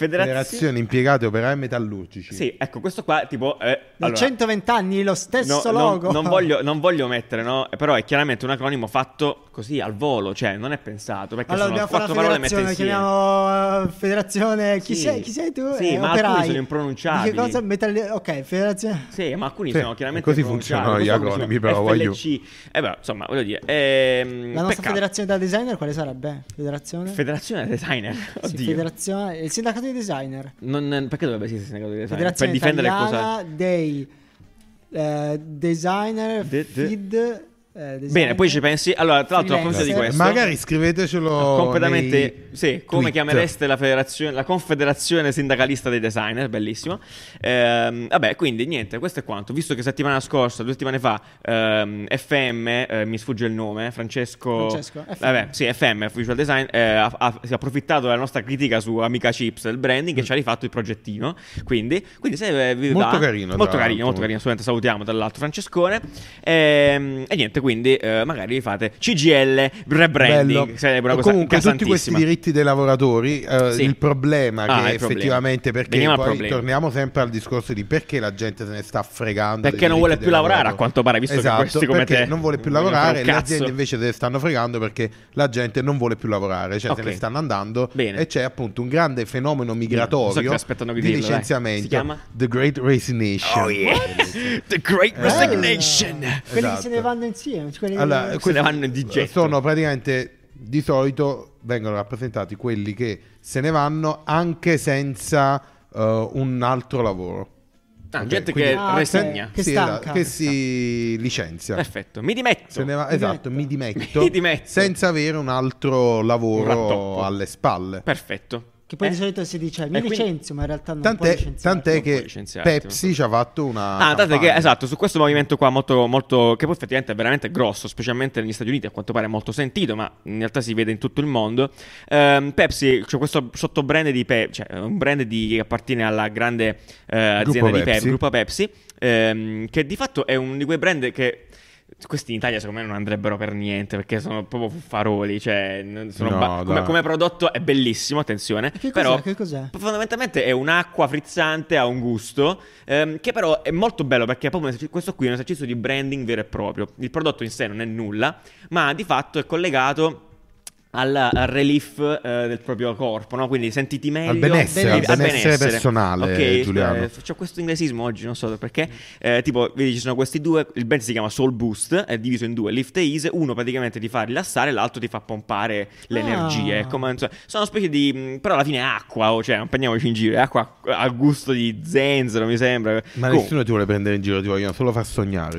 [SPEAKER 1] Federazione.
[SPEAKER 4] federazione impiegati operai metallurgici.
[SPEAKER 1] Sì, ecco, questo qua tipo... eh,
[SPEAKER 2] da
[SPEAKER 1] allora,
[SPEAKER 2] 120 anni lo
[SPEAKER 1] no,
[SPEAKER 2] stesso
[SPEAKER 1] non-
[SPEAKER 2] logo.
[SPEAKER 1] Non, voglio, non voglio mettere, no? Eh, Però è chiaramente un acronimo fatto così al volo, cioè non è pensato. Perché
[SPEAKER 2] Allora
[SPEAKER 1] sono
[SPEAKER 2] dobbiamo fare
[SPEAKER 1] quattro
[SPEAKER 2] la
[SPEAKER 1] parole messe
[SPEAKER 2] federazione,
[SPEAKER 1] insieme.
[SPEAKER 2] chiamiamo eh, federazione, chi,
[SPEAKER 1] Sì.
[SPEAKER 2] sei, chi sei tu?
[SPEAKER 1] Sì,
[SPEAKER 2] Eh,
[SPEAKER 1] ma
[SPEAKER 2] operai.
[SPEAKER 1] alcuni sono impronunciabili.
[SPEAKER 2] Di Che cosa? Metal- ok, federazione...
[SPEAKER 1] Sì, ma alcuni
[SPEAKER 4] Sì,
[SPEAKER 1] sono chiaramente
[SPEAKER 4] così
[SPEAKER 1] pronunciati,
[SPEAKER 4] funzionano gli
[SPEAKER 1] così come
[SPEAKER 4] acronimi,
[SPEAKER 1] sono.
[SPEAKER 4] però, voglio-
[SPEAKER 1] FLC. Eh beh, insomma, voglio dire, ehm,
[SPEAKER 2] La nostra
[SPEAKER 1] peccato.
[SPEAKER 2] federazione da designer quale sarebbe? Federazione?
[SPEAKER 1] Federazione dei designer. Oddio.
[SPEAKER 2] Sì, federazione... Il sindacato dei designer.
[SPEAKER 1] Non- perché dovrebbe esistere il sindacato dei designer? Per
[SPEAKER 2] Federazione
[SPEAKER 1] difendere cosa?
[SPEAKER 2] italiana dei eh, designer,
[SPEAKER 1] De- de-
[SPEAKER 2] feed... eh,
[SPEAKER 1] Bene, poi ci
[SPEAKER 2] designer.
[SPEAKER 1] pensi. Allora, tra l'altro, a
[SPEAKER 2] Freelancer.
[SPEAKER 1] proposito di questo,
[SPEAKER 4] Magari scrivetecelo
[SPEAKER 1] completamente
[SPEAKER 4] nei
[SPEAKER 1] sì, come
[SPEAKER 4] tweet.
[SPEAKER 1] chiamereste la federazione la confederazione sindacalista dei designer bellissimo Ehm, vabbè quindi niente questo è quanto visto che settimana scorsa due settimane fa ehm, FM eh, mi sfugge il nome Francesco,
[SPEAKER 2] Francesco, FM.
[SPEAKER 1] vabbè sì FM Visual Design eh, ha, ha- si è approfittato della nostra critica su Amica Chips del branding che ci ha rifatto il progettino quindi, quindi se vi
[SPEAKER 4] Mm. Molto
[SPEAKER 1] va-
[SPEAKER 4] carino,
[SPEAKER 1] molto
[SPEAKER 4] tra
[SPEAKER 1] carino molto
[SPEAKER 4] l'altro.
[SPEAKER 1] carino assolutamente salutiamo dall'altro Francescone Ehm, e niente quindi eh, magari vi fate CGL rebranding
[SPEAKER 4] Bello.
[SPEAKER 1] sarebbe Cioè, una cosa
[SPEAKER 4] Comunque, tutti questi
[SPEAKER 1] casantissima.
[SPEAKER 4] diritti dei lavoratori, eh,
[SPEAKER 1] Sì.
[SPEAKER 4] il problema
[SPEAKER 1] Ah,
[SPEAKER 4] che
[SPEAKER 1] il problema.
[SPEAKER 4] effettivamente perché
[SPEAKER 1] Veniamo al
[SPEAKER 4] poi
[SPEAKER 1] problema.
[SPEAKER 4] torniamo sempre al discorso di perché la gente se ne sta fregando.
[SPEAKER 1] Perché
[SPEAKER 4] dei
[SPEAKER 1] non
[SPEAKER 4] diritti
[SPEAKER 1] vuole
[SPEAKER 4] dei
[SPEAKER 1] più lavorare,
[SPEAKER 4] lavoratori.
[SPEAKER 1] a quanto pare, visto che
[SPEAKER 4] Esatto,
[SPEAKER 1] questi come
[SPEAKER 4] perché
[SPEAKER 1] te
[SPEAKER 4] non vuole più
[SPEAKER 1] non vogliono
[SPEAKER 4] lavorare,
[SPEAKER 1] fare un
[SPEAKER 4] le
[SPEAKER 1] cazzo.
[SPEAKER 4] aziende invece se ne stanno fregando perché la gente non vuole più lavorare, cioè
[SPEAKER 1] Ok.
[SPEAKER 4] se ne stanno andando
[SPEAKER 1] Bene.
[SPEAKER 4] e c'è appunto un grande fenomeno
[SPEAKER 1] Non so che
[SPEAKER 4] migratorio
[SPEAKER 1] aspettano che
[SPEAKER 4] di
[SPEAKER 1] dirlo, dai.
[SPEAKER 4] licenziamento,
[SPEAKER 1] Si chiama?
[SPEAKER 4] The Great Resignation.
[SPEAKER 1] Oh, The Great
[SPEAKER 4] Eh.
[SPEAKER 1] Resignation.
[SPEAKER 2] eh, Quelli che se ne
[SPEAKER 4] Esatto.
[SPEAKER 2] vanno insieme. quelli-
[SPEAKER 4] Allora,
[SPEAKER 1] Mm. Se
[SPEAKER 4] questi
[SPEAKER 1] ne vanno di getto.
[SPEAKER 4] Sono praticamente di solito vengono rappresentati quelli che se ne vanno anche senza eh, un altro lavoro.
[SPEAKER 1] Ah,
[SPEAKER 4] Ok,
[SPEAKER 1] gente
[SPEAKER 4] quindi-
[SPEAKER 1] che
[SPEAKER 2] Ah, ok.
[SPEAKER 1] resegna.
[SPEAKER 2] Che
[SPEAKER 4] Sì, esatto,
[SPEAKER 2] stanca.
[SPEAKER 4] che si licenzia.
[SPEAKER 1] Eh, Perfetto, mi dimetto.
[SPEAKER 4] Se ne va-
[SPEAKER 2] Mi
[SPEAKER 4] esatto, mi dimetto,
[SPEAKER 1] Mi dimetto.
[SPEAKER 4] senza avere un altro
[SPEAKER 1] Un rattoppo.
[SPEAKER 4] lavoro alle spalle.
[SPEAKER 1] Perfetto.
[SPEAKER 2] Che poi
[SPEAKER 1] Eh?
[SPEAKER 2] di solito si dice mi
[SPEAKER 1] Eh, quindi-
[SPEAKER 2] licenzio, ma in realtà non puoi
[SPEAKER 4] Tant'è,
[SPEAKER 2] licenziare.
[SPEAKER 4] tant'è
[SPEAKER 1] non puoi
[SPEAKER 4] che
[SPEAKER 1] licenziarti,
[SPEAKER 4] Pepsi ci ha fatto una.
[SPEAKER 1] Ah, tanto che
[SPEAKER 4] campagna.
[SPEAKER 1] esatto, su questo movimento qua molto, molto che poi effettivamente è veramente grosso, specialmente negli Stati Uniti, a quanto pare è molto sentito, ma in realtà si vede in tutto il mondo. Ehm, Pepsi, c'è questo sottobrand di Pepsi, cioè un brand di- che appartiene alla grande eh, azienda di Pepsi,
[SPEAKER 4] Pepsi.
[SPEAKER 1] gruppo Pepsi, ehm, che di fatto è uno di quei brand che questi in Italia secondo me non andrebbero per niente perché sono proprio fuffaroli, cioè non- sono
[SPEAKER 4] No,
[SPEAKER 1] ba- come,
[SPEAKER 4] dai.
[SPEAKER 1] come prodotto è bellissimo, attenzione,
[SPEAKER 2] E Che cos'è?
[SPEAKER 1] però
[SPEAKER 2] che cos'è?
[SPEAKER 1] Fondamentalmente è un'acqua frizzante, ha un gusto, ehm, che però è molto bello perché è proprio un eserci- questo qui è un esercizio di branding vero e proprio. Il prodotto in sé non è nulla, ma di fatto è collegato al, al relief eh, del proprio corpo, no? quindi sentiti meglio.
[SPEAKER 4] Al benessere,
[SPEAKER 2] al
[SPEAKER 4] benessere personale,
[SPEAKER 1] Ok,
[SPEAKER 4] Giuliano.
[SPEAKER 1] eh, C'ho questo inglesismo oggi, non so perché. Eh, tipo, vedi, ci sono questi due. Il brand si chiama Soul Boost, è diviso in due: Lift e Ease. Uno praticamente ti fa rilassare, l'altro ti fa pompare le
[SPEAKER 2] Ah.
[SPEAKER 1] energie. è come- insomma, sono specie di. mh, Però alla fine è acqua, o cioè, non prendiamoci in giro. È acqua a- a gusto di zenzero, mi sembra.
[SPEAKER 4] Ma
[SPEAKER 1] Comunque-
[SPEAKER 4] nessuno ti vuole prendere in giro, ti vogliono solo far sognare.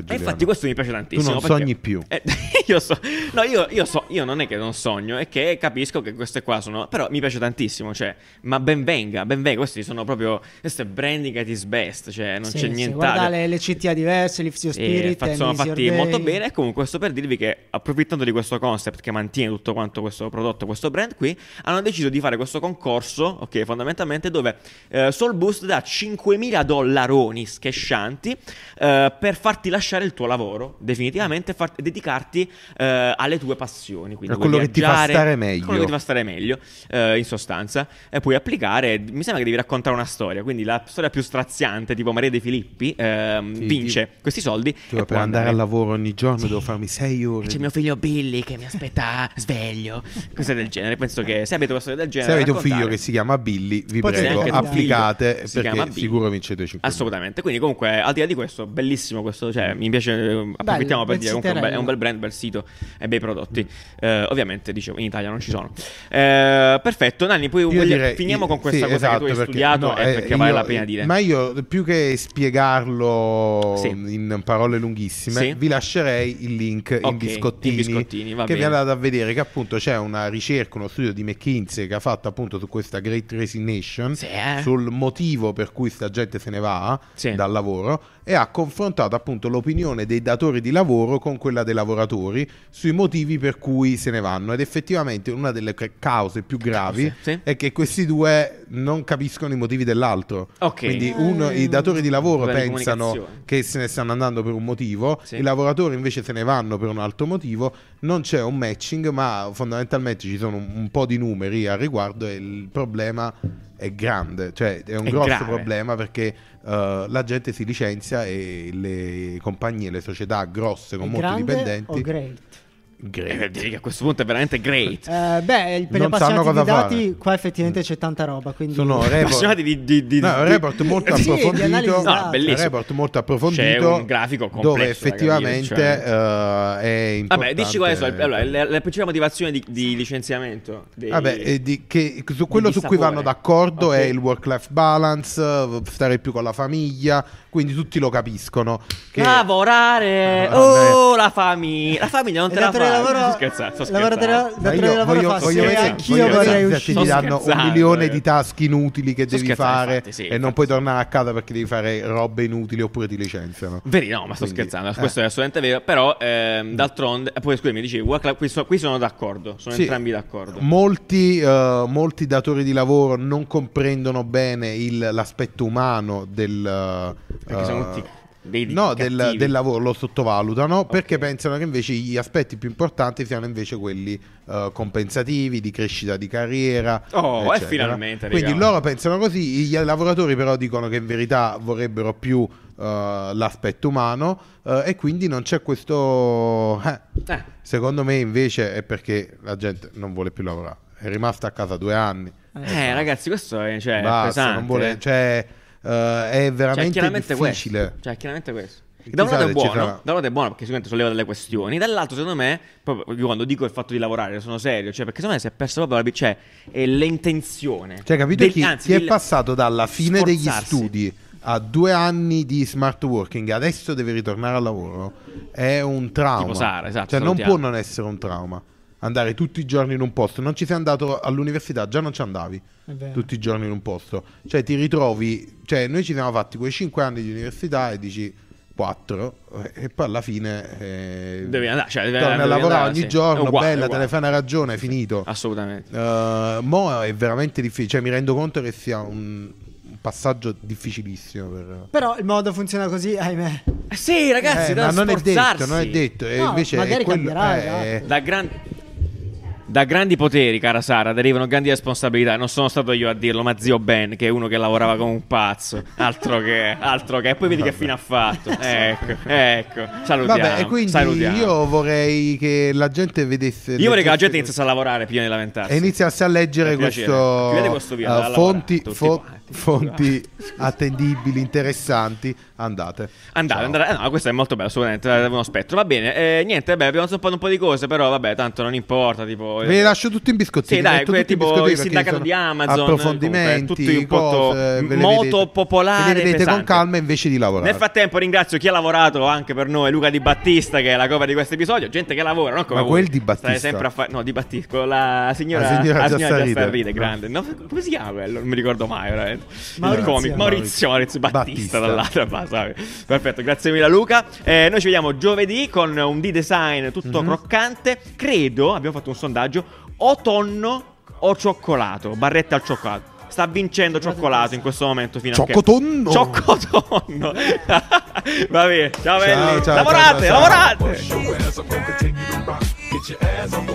[SPEAKER 1] e
[SPEAKER 4] Giuliano.
[SPEAKER 1] Eh, infatti questo mi piace tantissimo.
[SPEAKER 4] non
[SPEAKER 1] perché-
[SPEAKER 4] sogni più.
[SPEAKER 1] Eh, io so, no, io, io so, io non è che non sogno, è che capisco che queste qua sono. Però mi piace tantissimo, cioè, ma ben venga, ben venga. Questi sono proprio. Questo è branding at its best, cioè, non
[SPEAKER 2] Sì,
[SPEAKER 1] c'è
[SPEAKER 2] sì,
[SPEAKER 1] nient'altro.
[SPEAKER 2] Guarda le, le CTA diverse, Lift Your
[SPEAKER 1] E
[SPEAKER 2] Spirit,
[SPEAKER 1] fa- sono
[SPEAKER 2] Miss Your
[SPEAKER 1] fatti
[SPEAKER 2] Day.
[SPEAKER 1] molto bene. E comunque, questo per dirvi che approfittando di questo concept che mantiene tutto quanto questo prodotto, questo brand qui, hanno deciso di fare questo concorso, ok, fondamentalmente, dove eh, Soul Boost dà 5.000 dollaroni schescianti eh, per farti lasciare il tuo lavoro, definitivamente, far- dedicarti eh, alle tue passioni. Quindi
[SPEAKER 4] A quello
[SPEAKER 1] vuoi
[SPEAKER 4] che ti fa
[SPEAKER 1] viaggiare,
[SPEAKER 4] stare
[SPEAKER 1] a
[SPEAKER 4] meglio.
[SPEAKER 1] Quello che ti fa stare meglio, eh, in sostanza, e puoi applicare. Mi sembra che devi raccontare una storia, quindi la storia più straziante, tipo Maria De Filippi, ehm,
[SPEAKER 4] Sì,
[SPEAKER 1] vince
[SPEAKER 4] tipo-
[SPEAKER 1] questi soldi
[SPEAKER 4] Cioè,
[SPEAKER 1] e
[SPEAKER 4] per
[SPEAKER 1] può
[SPEAKER 4] andare, al lavoro ogni giorno devo farmi sei ore.
[SPEAKER 1] E c'è
[SPEAKER 4] di-
[SPEAKER 1] mio figlio Billy che mi aspetta sveglio, cose del genere. Penso che se avete una storia del
[SPEAKER 4] Se
[SPEAKER 1] genere.
[SPEAKER 4] avete un
[SPEAKER 1] raccontare-
[SPEAKER 4] figlio che si chiama Billy, vi
[SPEAKER 2] Potete
[SPEAKER 4] prego,
[SPEAKER 2] anche un
[SPEAKER 1] figlio.
[SPEAKER 4] applicate
[SPEAKER 1] Si chiama
[SPEAKER 4] perché
[SPEAKER 1] Billy.
[SPEAKER 4] sicuro vincete 5
[SPEAKER 1] Assolutamente, quindi comunque al di là di questo, bellissimo questo,
[SPEAKER 4] Mm.
[SPEAKER 1] cioè mi piace, eh, approfittiamo per
[SPEAKER 2] bel
[SPEAKER 1] dire, comunque è un bel- è un bel brand, bel sito e bei prodotti,
[SPEAKER 4] Mm.
[SPEAKER 1] Eh, ovviamente dicevo in Italia non ci sono. Eh, perfetto, Nanni, poi
[SPEAKER 4] Io
[SPEAKER 1] voglia-
[SPEAKER 4] direi-
[SPEAKER 1] finiamo
[SPEAKER 4] io-
[SPEAKER 1] con questa
[SPEAKER 4] sì,
[SPEAKER 1] cosa
[SPEAKER 4] esatto,
[SPEAKER 1] che tu hai
[SPEAKER 4] perché-
[SPEAKER 1] studiato
[SPEAKER 4] no,
[SPEAKER 1] e
[SPEAKER 4] eh,
[SPEAKER 1] perché vale
[SPEAKER 4] io-
[SPEAKER 1] la pena dire.
[SPEAKER 4] Ma io più che spiegarlo
[SPEAKER 1] Sì.
[SPEAKER 4] in parole lunghissime,
[SPEAKER 1] Sì.
[SPEAKER 4] vi lascerei il link
[SPEAKER 1] Ok,
[SPEAKER 4] in biscottini,
[SPEAKER 1] in biscottini, va
[SPEAKER 4] che vi
[SPEAKER 1] bene.
[SPEAKER 4] andate a vedere che appunto c'è una ricerca, uno studio di McKinsey che ha fatto appunto su questa Great Resignation,
[SPEAKER 1] Sì, eh.
[SPEAKER 4] sul motivo per cui sta gente se ne va
[SPEAKER 1] Sì.
[SPEAKER 4] dal lavoro e ha confrontato appunto l'opinione dei datori di lavoro con quella dei lavoratori sui motivi per cui se ne vanno ed effettivamente una delle ca- cause più gravi
[SPEAKER 1] Sì.
[SPEAKER 4] è che questi due non capiscono i motivi dell'altro.
[SPEAKER 1] Ok.
[SPEAKER 4] Quindi uno- i datori di lavoro
[SPEAKER 1] Problema di
[SPEAKER 4] pensano
[SPEAKER 1] comunicazione.
[SPEAKER 4] che se ne stanno andando per un motivo,
[SPEAKER 1] Sì.
[SPEAKER 4] i lavoratori invece se ne vanno per un altro motivo, non c'è un matching, ma fondamentalmente ci sono un, un po' di numeri al riguardo e il problema è grande, cioè è un
[SPEAKER 1] È
[SPEAKER 4] grosso
[SPEAKER 1] grave.
[SPEAKER 4] problema perché eh, la gente si licenzia e le compagnie, le società grosse con
[SPEAKER 2] È
[SPEAKER 4] molti
[SPEAKER 2] grande
[SPEAKER 4] dipendenti
[SPEAKER 2] o great?
[SPEAKER 1] Eh, direi che a questo punto è veramente great.
[SPEAKER 2] Eh, beh, per gli
[SPEAKER 4] Non sanno
[SPEAKER 2] appassionati
[SPEAKER 4] cosa
[SPEAKER 2] di dati,
[SPEAKER 4] fare.
[SPEAKER 2] qua effettivamente c'è tanta roba. Quindi...
[SPEAKER 4] sono report,
[SPEAKER 1] Appassionati di, di, di-
[SPEAKER 4] No, è un
[SPEAKER 1] di-
[SPEAKER 4] report molto
[SPEAKER 2] Sì, di analisi
[SPEAKER 4] approfondito,
[SPEAKER 2] dati. No,
[SPEAKER 4] è
[SPEAKER 1] bellissimo.
[SPEAKER 4] un report molto approfondito
[SPEAKER 1] C'è un grafico complesso
[SPEAKER 4] dove
[SPEAKER 1] da
[SPEAKER 4] effettivamente
[SPEAKER 1] capire,
[SPEAKER 4] eh, è importante.
[SPEAKER 1] Vabbè, dici qual è so- allora, la, la principale motivazione di, di licenziamento dei-
[SPEAKER 4] Vabbè, e di- che, su quello
[SPEAKER 1] di
[SPEAKER 4] su cui
[SPEAKER 1] sapore.
[SPEAKER 4] vanno d'accordo
[SPEAKER 1] Ok.
[SPEAKER 4] è il work-life balance, eh, stare più con la famiglia, quindi tutti lo capiscono. Che
[SPEAKER 1] Lavorare,
[SPEAKER 4] Ah,
[SPEAKER 1] oh la famiglia, la famiglia non
[SPEAKER 2] Il
[SPEAKER 1] te la
[SPEAKER 2] datore
[SPEAKER 1] fa.
[SPEAKER 2] di lavoro-
[SPEAKER 1] Sto scherzando, sto
[SPEAKER 2] lavoratore-
[SPEAKER 1] scherzando.
[SPEAKER 4] Ma
[SPEAKER 2] datore
[SPEAKER 4] io
[SPEAKER 2] di lavoro
[SPEAKER 4] voglio,
[SPEAKER 2] fa
[SPEAKER 4] voglio
[SPEAKER 1] sì,
[SPEAKER 4] vedere,
[SPEAKER 1] anch'io
[SPEAKER 4] voglio
[SPEAKER 1] vorrei
[SPEAKER 4] vedere se
[SPEAKER 1] uscire.
[SPEAKER 4] ti
[SPEAKER 1] Sto
[SPEAKER 4] danno un
[SPEAKER 1] scherzando,
[SPEAKER 4] milione
[SPEAKER 1] ragazzi.
[SPEAKER 4] di task inutili che
[SPEAKER 1] Sto
[SPEAKER 4] devi
[SPEAKER 1] scherzando,
[SPEAKER 4] fare
[SPEAKER 1] infatti, sì,
[SPEAKER 4] e
[SPEAKER 1] infatti.
[SPEAKER 4] non puoi tornare a casa perché devi fare robe inutili oppure ti licenziano.
[SPEAKER 1] Veri, no, ma sto
[SPEAKER 4] Quindi,
[SPEAKER 1] scherzando,
[SPEAKER 4] eh.
[SPEAKER 1] questo è assolutamente vero, però ehm, d'altronde, eh, poi scusami, dicevi, work life- qui, so- qui sono d'accordo, sono
[SPEAKER 4] Sì. Mm.
[SPEAKER 1] entrambi d'accordo.
[SPEAKER 4] Molti, eh, molti datori di lavoro non comprendono bene il- l'aspetto umano del... eh,
[SPEAKER 1] Perché sono tutti dei
[SPEAKER 4] No, del,
[SPEAKER 1] cattivi.
[SPEAKER 4] del lavoro lo sottovalutano perché pensano che invece gli aspetti più importanti siano invece quelli eh, compensativi, di crescita di carriera.
[SPEAKER 1] Oh, e
[SPEAKER 4] eccetera.
[SPEAKER 1] finalmente,
[SPEAKER 4] Quindi
[SPEAKER 1] raga.
[SPEAKER 4] loro pensano così, gli lavoratori però dicono che in verità vorrebbero più eh, l'aspetto umano eh, e quindi non c'è questo... eh,
[SPEAKER 1] Eh,
[SPEAKER 4] Secondo me invece è perché la gente non vuole più lavorare. È rimasta a casa due anni.
[SPEAKER 1] eh, ragazzi, questo è, cioè, è
[SPEAKER 4] Basta,
[SPEAKER 1] pesante.
[SPEAKER 4] non vuole- cioè, eh, è
[SPEAKER 1] Cioè,
[SPEAKER 4] veramente
[SPEAKER 1] chiaramente
[SPEAKER 4] difficile.
[SPEAKER 1] questo. Cioè, chiaramente questo.
[SPEAKER 4] Chissà
[SPEAKER 1] Da un lato è
[SPEAKER 4] se ci
[SPEAKER 1] buono,
[SPEAKER 4] sarà.
[SPEAKER 1] da un lato è buono perché sicuramente solleva delle questioni, dall'altro secondo me, proprio io quando dico il fatto di lavorare sono serio, cioè perché secondo me si è persa proprio la, cioè, eh, l'intenzione.
[SPEAKER 4] Cioè, capito
[SPEAKER 1] Del-
[SPEAKER 4] chi,
[SPEAKER 1] anzi,
[SPEAKER 4] chi è
[SPEAKER 1] del-
[SPEAKER 4] passato dalla fine degli
[SPEAKER 1] sforzarsi.
[SPEAKER 4] studi a due anni di smart working, adesso deve ritornare al lavoro, è un trauma.
[SPEAKER 1] Tipo Sara, esatto,
[SPEAKER 4] cioè, non
[SPEAKER 1] salutiamo.
[SPEAKER 4] può non essere un trauma. Andare tutti i giorni in un posto, non ci sei andato all'università, già non ci andavi
[SPEAKER 2] È vero.
[SPEAKER 4] Eh. tutti i giorni in un posto. Cioè, ti ritrovi, cioè, noi ci siamo fatti quei cinque anni di università e dici quattro, eh, e poi alla fine eh,
[SPEAKER 1] Devi andare, cioè, devi-
[SPEAKER 4] torni a
[SPEAKER 1] devi
[SPEAKER 4] lavorare
[SPEAKER 1] andare,
[SPEAKER 4] ogni
[SPEAKER 1] sì. È
[SPEAKER 4] giorno,
[SPEAKER 1] uguale, è
[SPEAKER 4] bella, te
[SPEAKER 1] uguale.
[SPEAKER 4] ne fai una ragione, è finito.
[SPEAKER 1] Assolutamente.
[SPEAKER 4] Eh, mo è veramente difficile, cioè mi rendo conto che sia un, un passaggio difficilissimo per...
[SPEAKER 2] Però il modo funziona così, ahimè.
[SPEAKER 1] Eh, sì, ragazzi,
[SPEAKER 4] Eh,
[SPEAKER 1] da
[SPEAKER 4] ma non è
[SPEAKER 1] sforzarsi.
[SPEAKER 4] detto, non è detto, e
[SPEAKER 2] No,
[SPEAKER 4] invece
[SPEAKER 2] magari
[SPEAKER 4] è quello,
[SPEAKER 2] cambierà,
[SPEAKER 4] eh,
[SPEAKER 2] esatto.
[SPEAKER 1] Da gran- da grandi poteri, cara Sara, derivano grandi responsabilità. Non sono stato io a dirlo, ma zio Ben, che è uno che lavorava come un pazzo. Altro che, altro che. E poi vedi che fine ha fatto. Ecco, ecco. Salutiamo.
[SPEAKER 4] Vabbè, e quindi
[SPEAKER 1] salutiamo.
[SPEAKER 4] io vorrei che la gente vedesse...
[SPEAKER 1] Io vorrei che la gente
[SPEAKER 4] leggesse-
[SPEAKER 1] iniziasse a lavorare prima di lamentarsi.
[SPEAKER 4] E iniziasse a leggere
[SPEAKER 1] Ah, Per piacere.
[SPEAKER 4] questo,
[SPEAKER 1] Chiudete questo video,
[SPEAKER 4] eh,
[SPEAKER 1] andate a lavorare,
[SPEAKER 4] fonti,
[SPEAKER 1] tutti
[SPEAKER 4] fo-
[SPEAKER 1] quanti.
[SPEAKER 4] fonti attendibili, interessanti. Andate.
[SPEAKER 1] Andate,
[SPEAKER 4] Ciao.
[SPEAKER 1] andate. ah, No, questo è molto bello, assolutamente. è Uno spettro. Va bene. eh, niente, beh, abbiamo sfatto un po' di cose, però vabbè, tanto non importa. Tipo,
[SPEAKER 4] Ve
[SPEAKER 1] eh,
[SPEAKER 4] li lascio tutti in biscottini.
[SPEAKER 1] Sì, dai,
[SPEAKER 4] metto
[SPEAKER 1] quel
[SPEAKER 4] tutti in
[SPEAKER 1] tipo
[SPEAKER 4] biscottini
[SPEAKER 1] il
[SPEAKER 4] perché
[SPEAKER 1] sindacato
[SPEAKER 4] sono
[SPEAKER 1] di Amazon,
[SPEAKER 4] Approfondimenti,
[SPEAKER 1] comunque, tutti un po'
[SPEAKER 4] cose, ve le
[SPEAKER 1] moto
[SPEAKER 4] vedete.
[SPEAKER 1] popolare
[SPEAKER 4] Ve le vedete
[SPEAKER 1] pesante.
[SPEAKER 4] con calma invece di lavorare.
[SPEAKER 1] Nel frattempo ringrazio chi ha lavorato anche per noi, Luca Di Battista, che è la cover di questo episodio. Gente che lavora, non come
[SPEAKER 4] Ma
[SPEAKER 1] voi.
[SPEAKER 4] quel Di Battista?
[SPEAKER 1] State sempre a fare. No, Di Battista, con la signora,
[SPEAKER 4] La signora Giassarride.
[SPEAKER 1] Giassarride, grande. No, come si chiama quello? Non mi ricordo mai, veramente. Il
[SPEAKER 2] Maurizio.
[SPEAKER 1] comico, Maurizio, Maurizio Battista,
[SPEAKER 4] Battista.
[SPEAKER 1] dall'altra parte. Perfetto, grazie mille, Luca. Eh, noi ci vediamo giovedì con un D-Design tutto
[SPEAKER 4] Mhm.
[SPEAKER 1] croccante. Credo, abbiamo fatto un sondaggio, o tonno o cioccolato, barrette al cioccolato. Sta vincendo cioccolato in questo momento fino a che-
[SPEAKER 4] Cioccotonno!
[SPEAKER 1] Cioccottonno. Va bene, ciao,
[SPEAKER 4] Ciao,
[SPEAKER 1] belli.
[SPEAKER 4] ciao,
[SPEAKER 1] lavorate,
[SPEAKER 4] ciao, ciao.
[SPEAKER 1] lavorate.
[SPEAKER 3] Push your ass up and continue to rock. Get your ass up and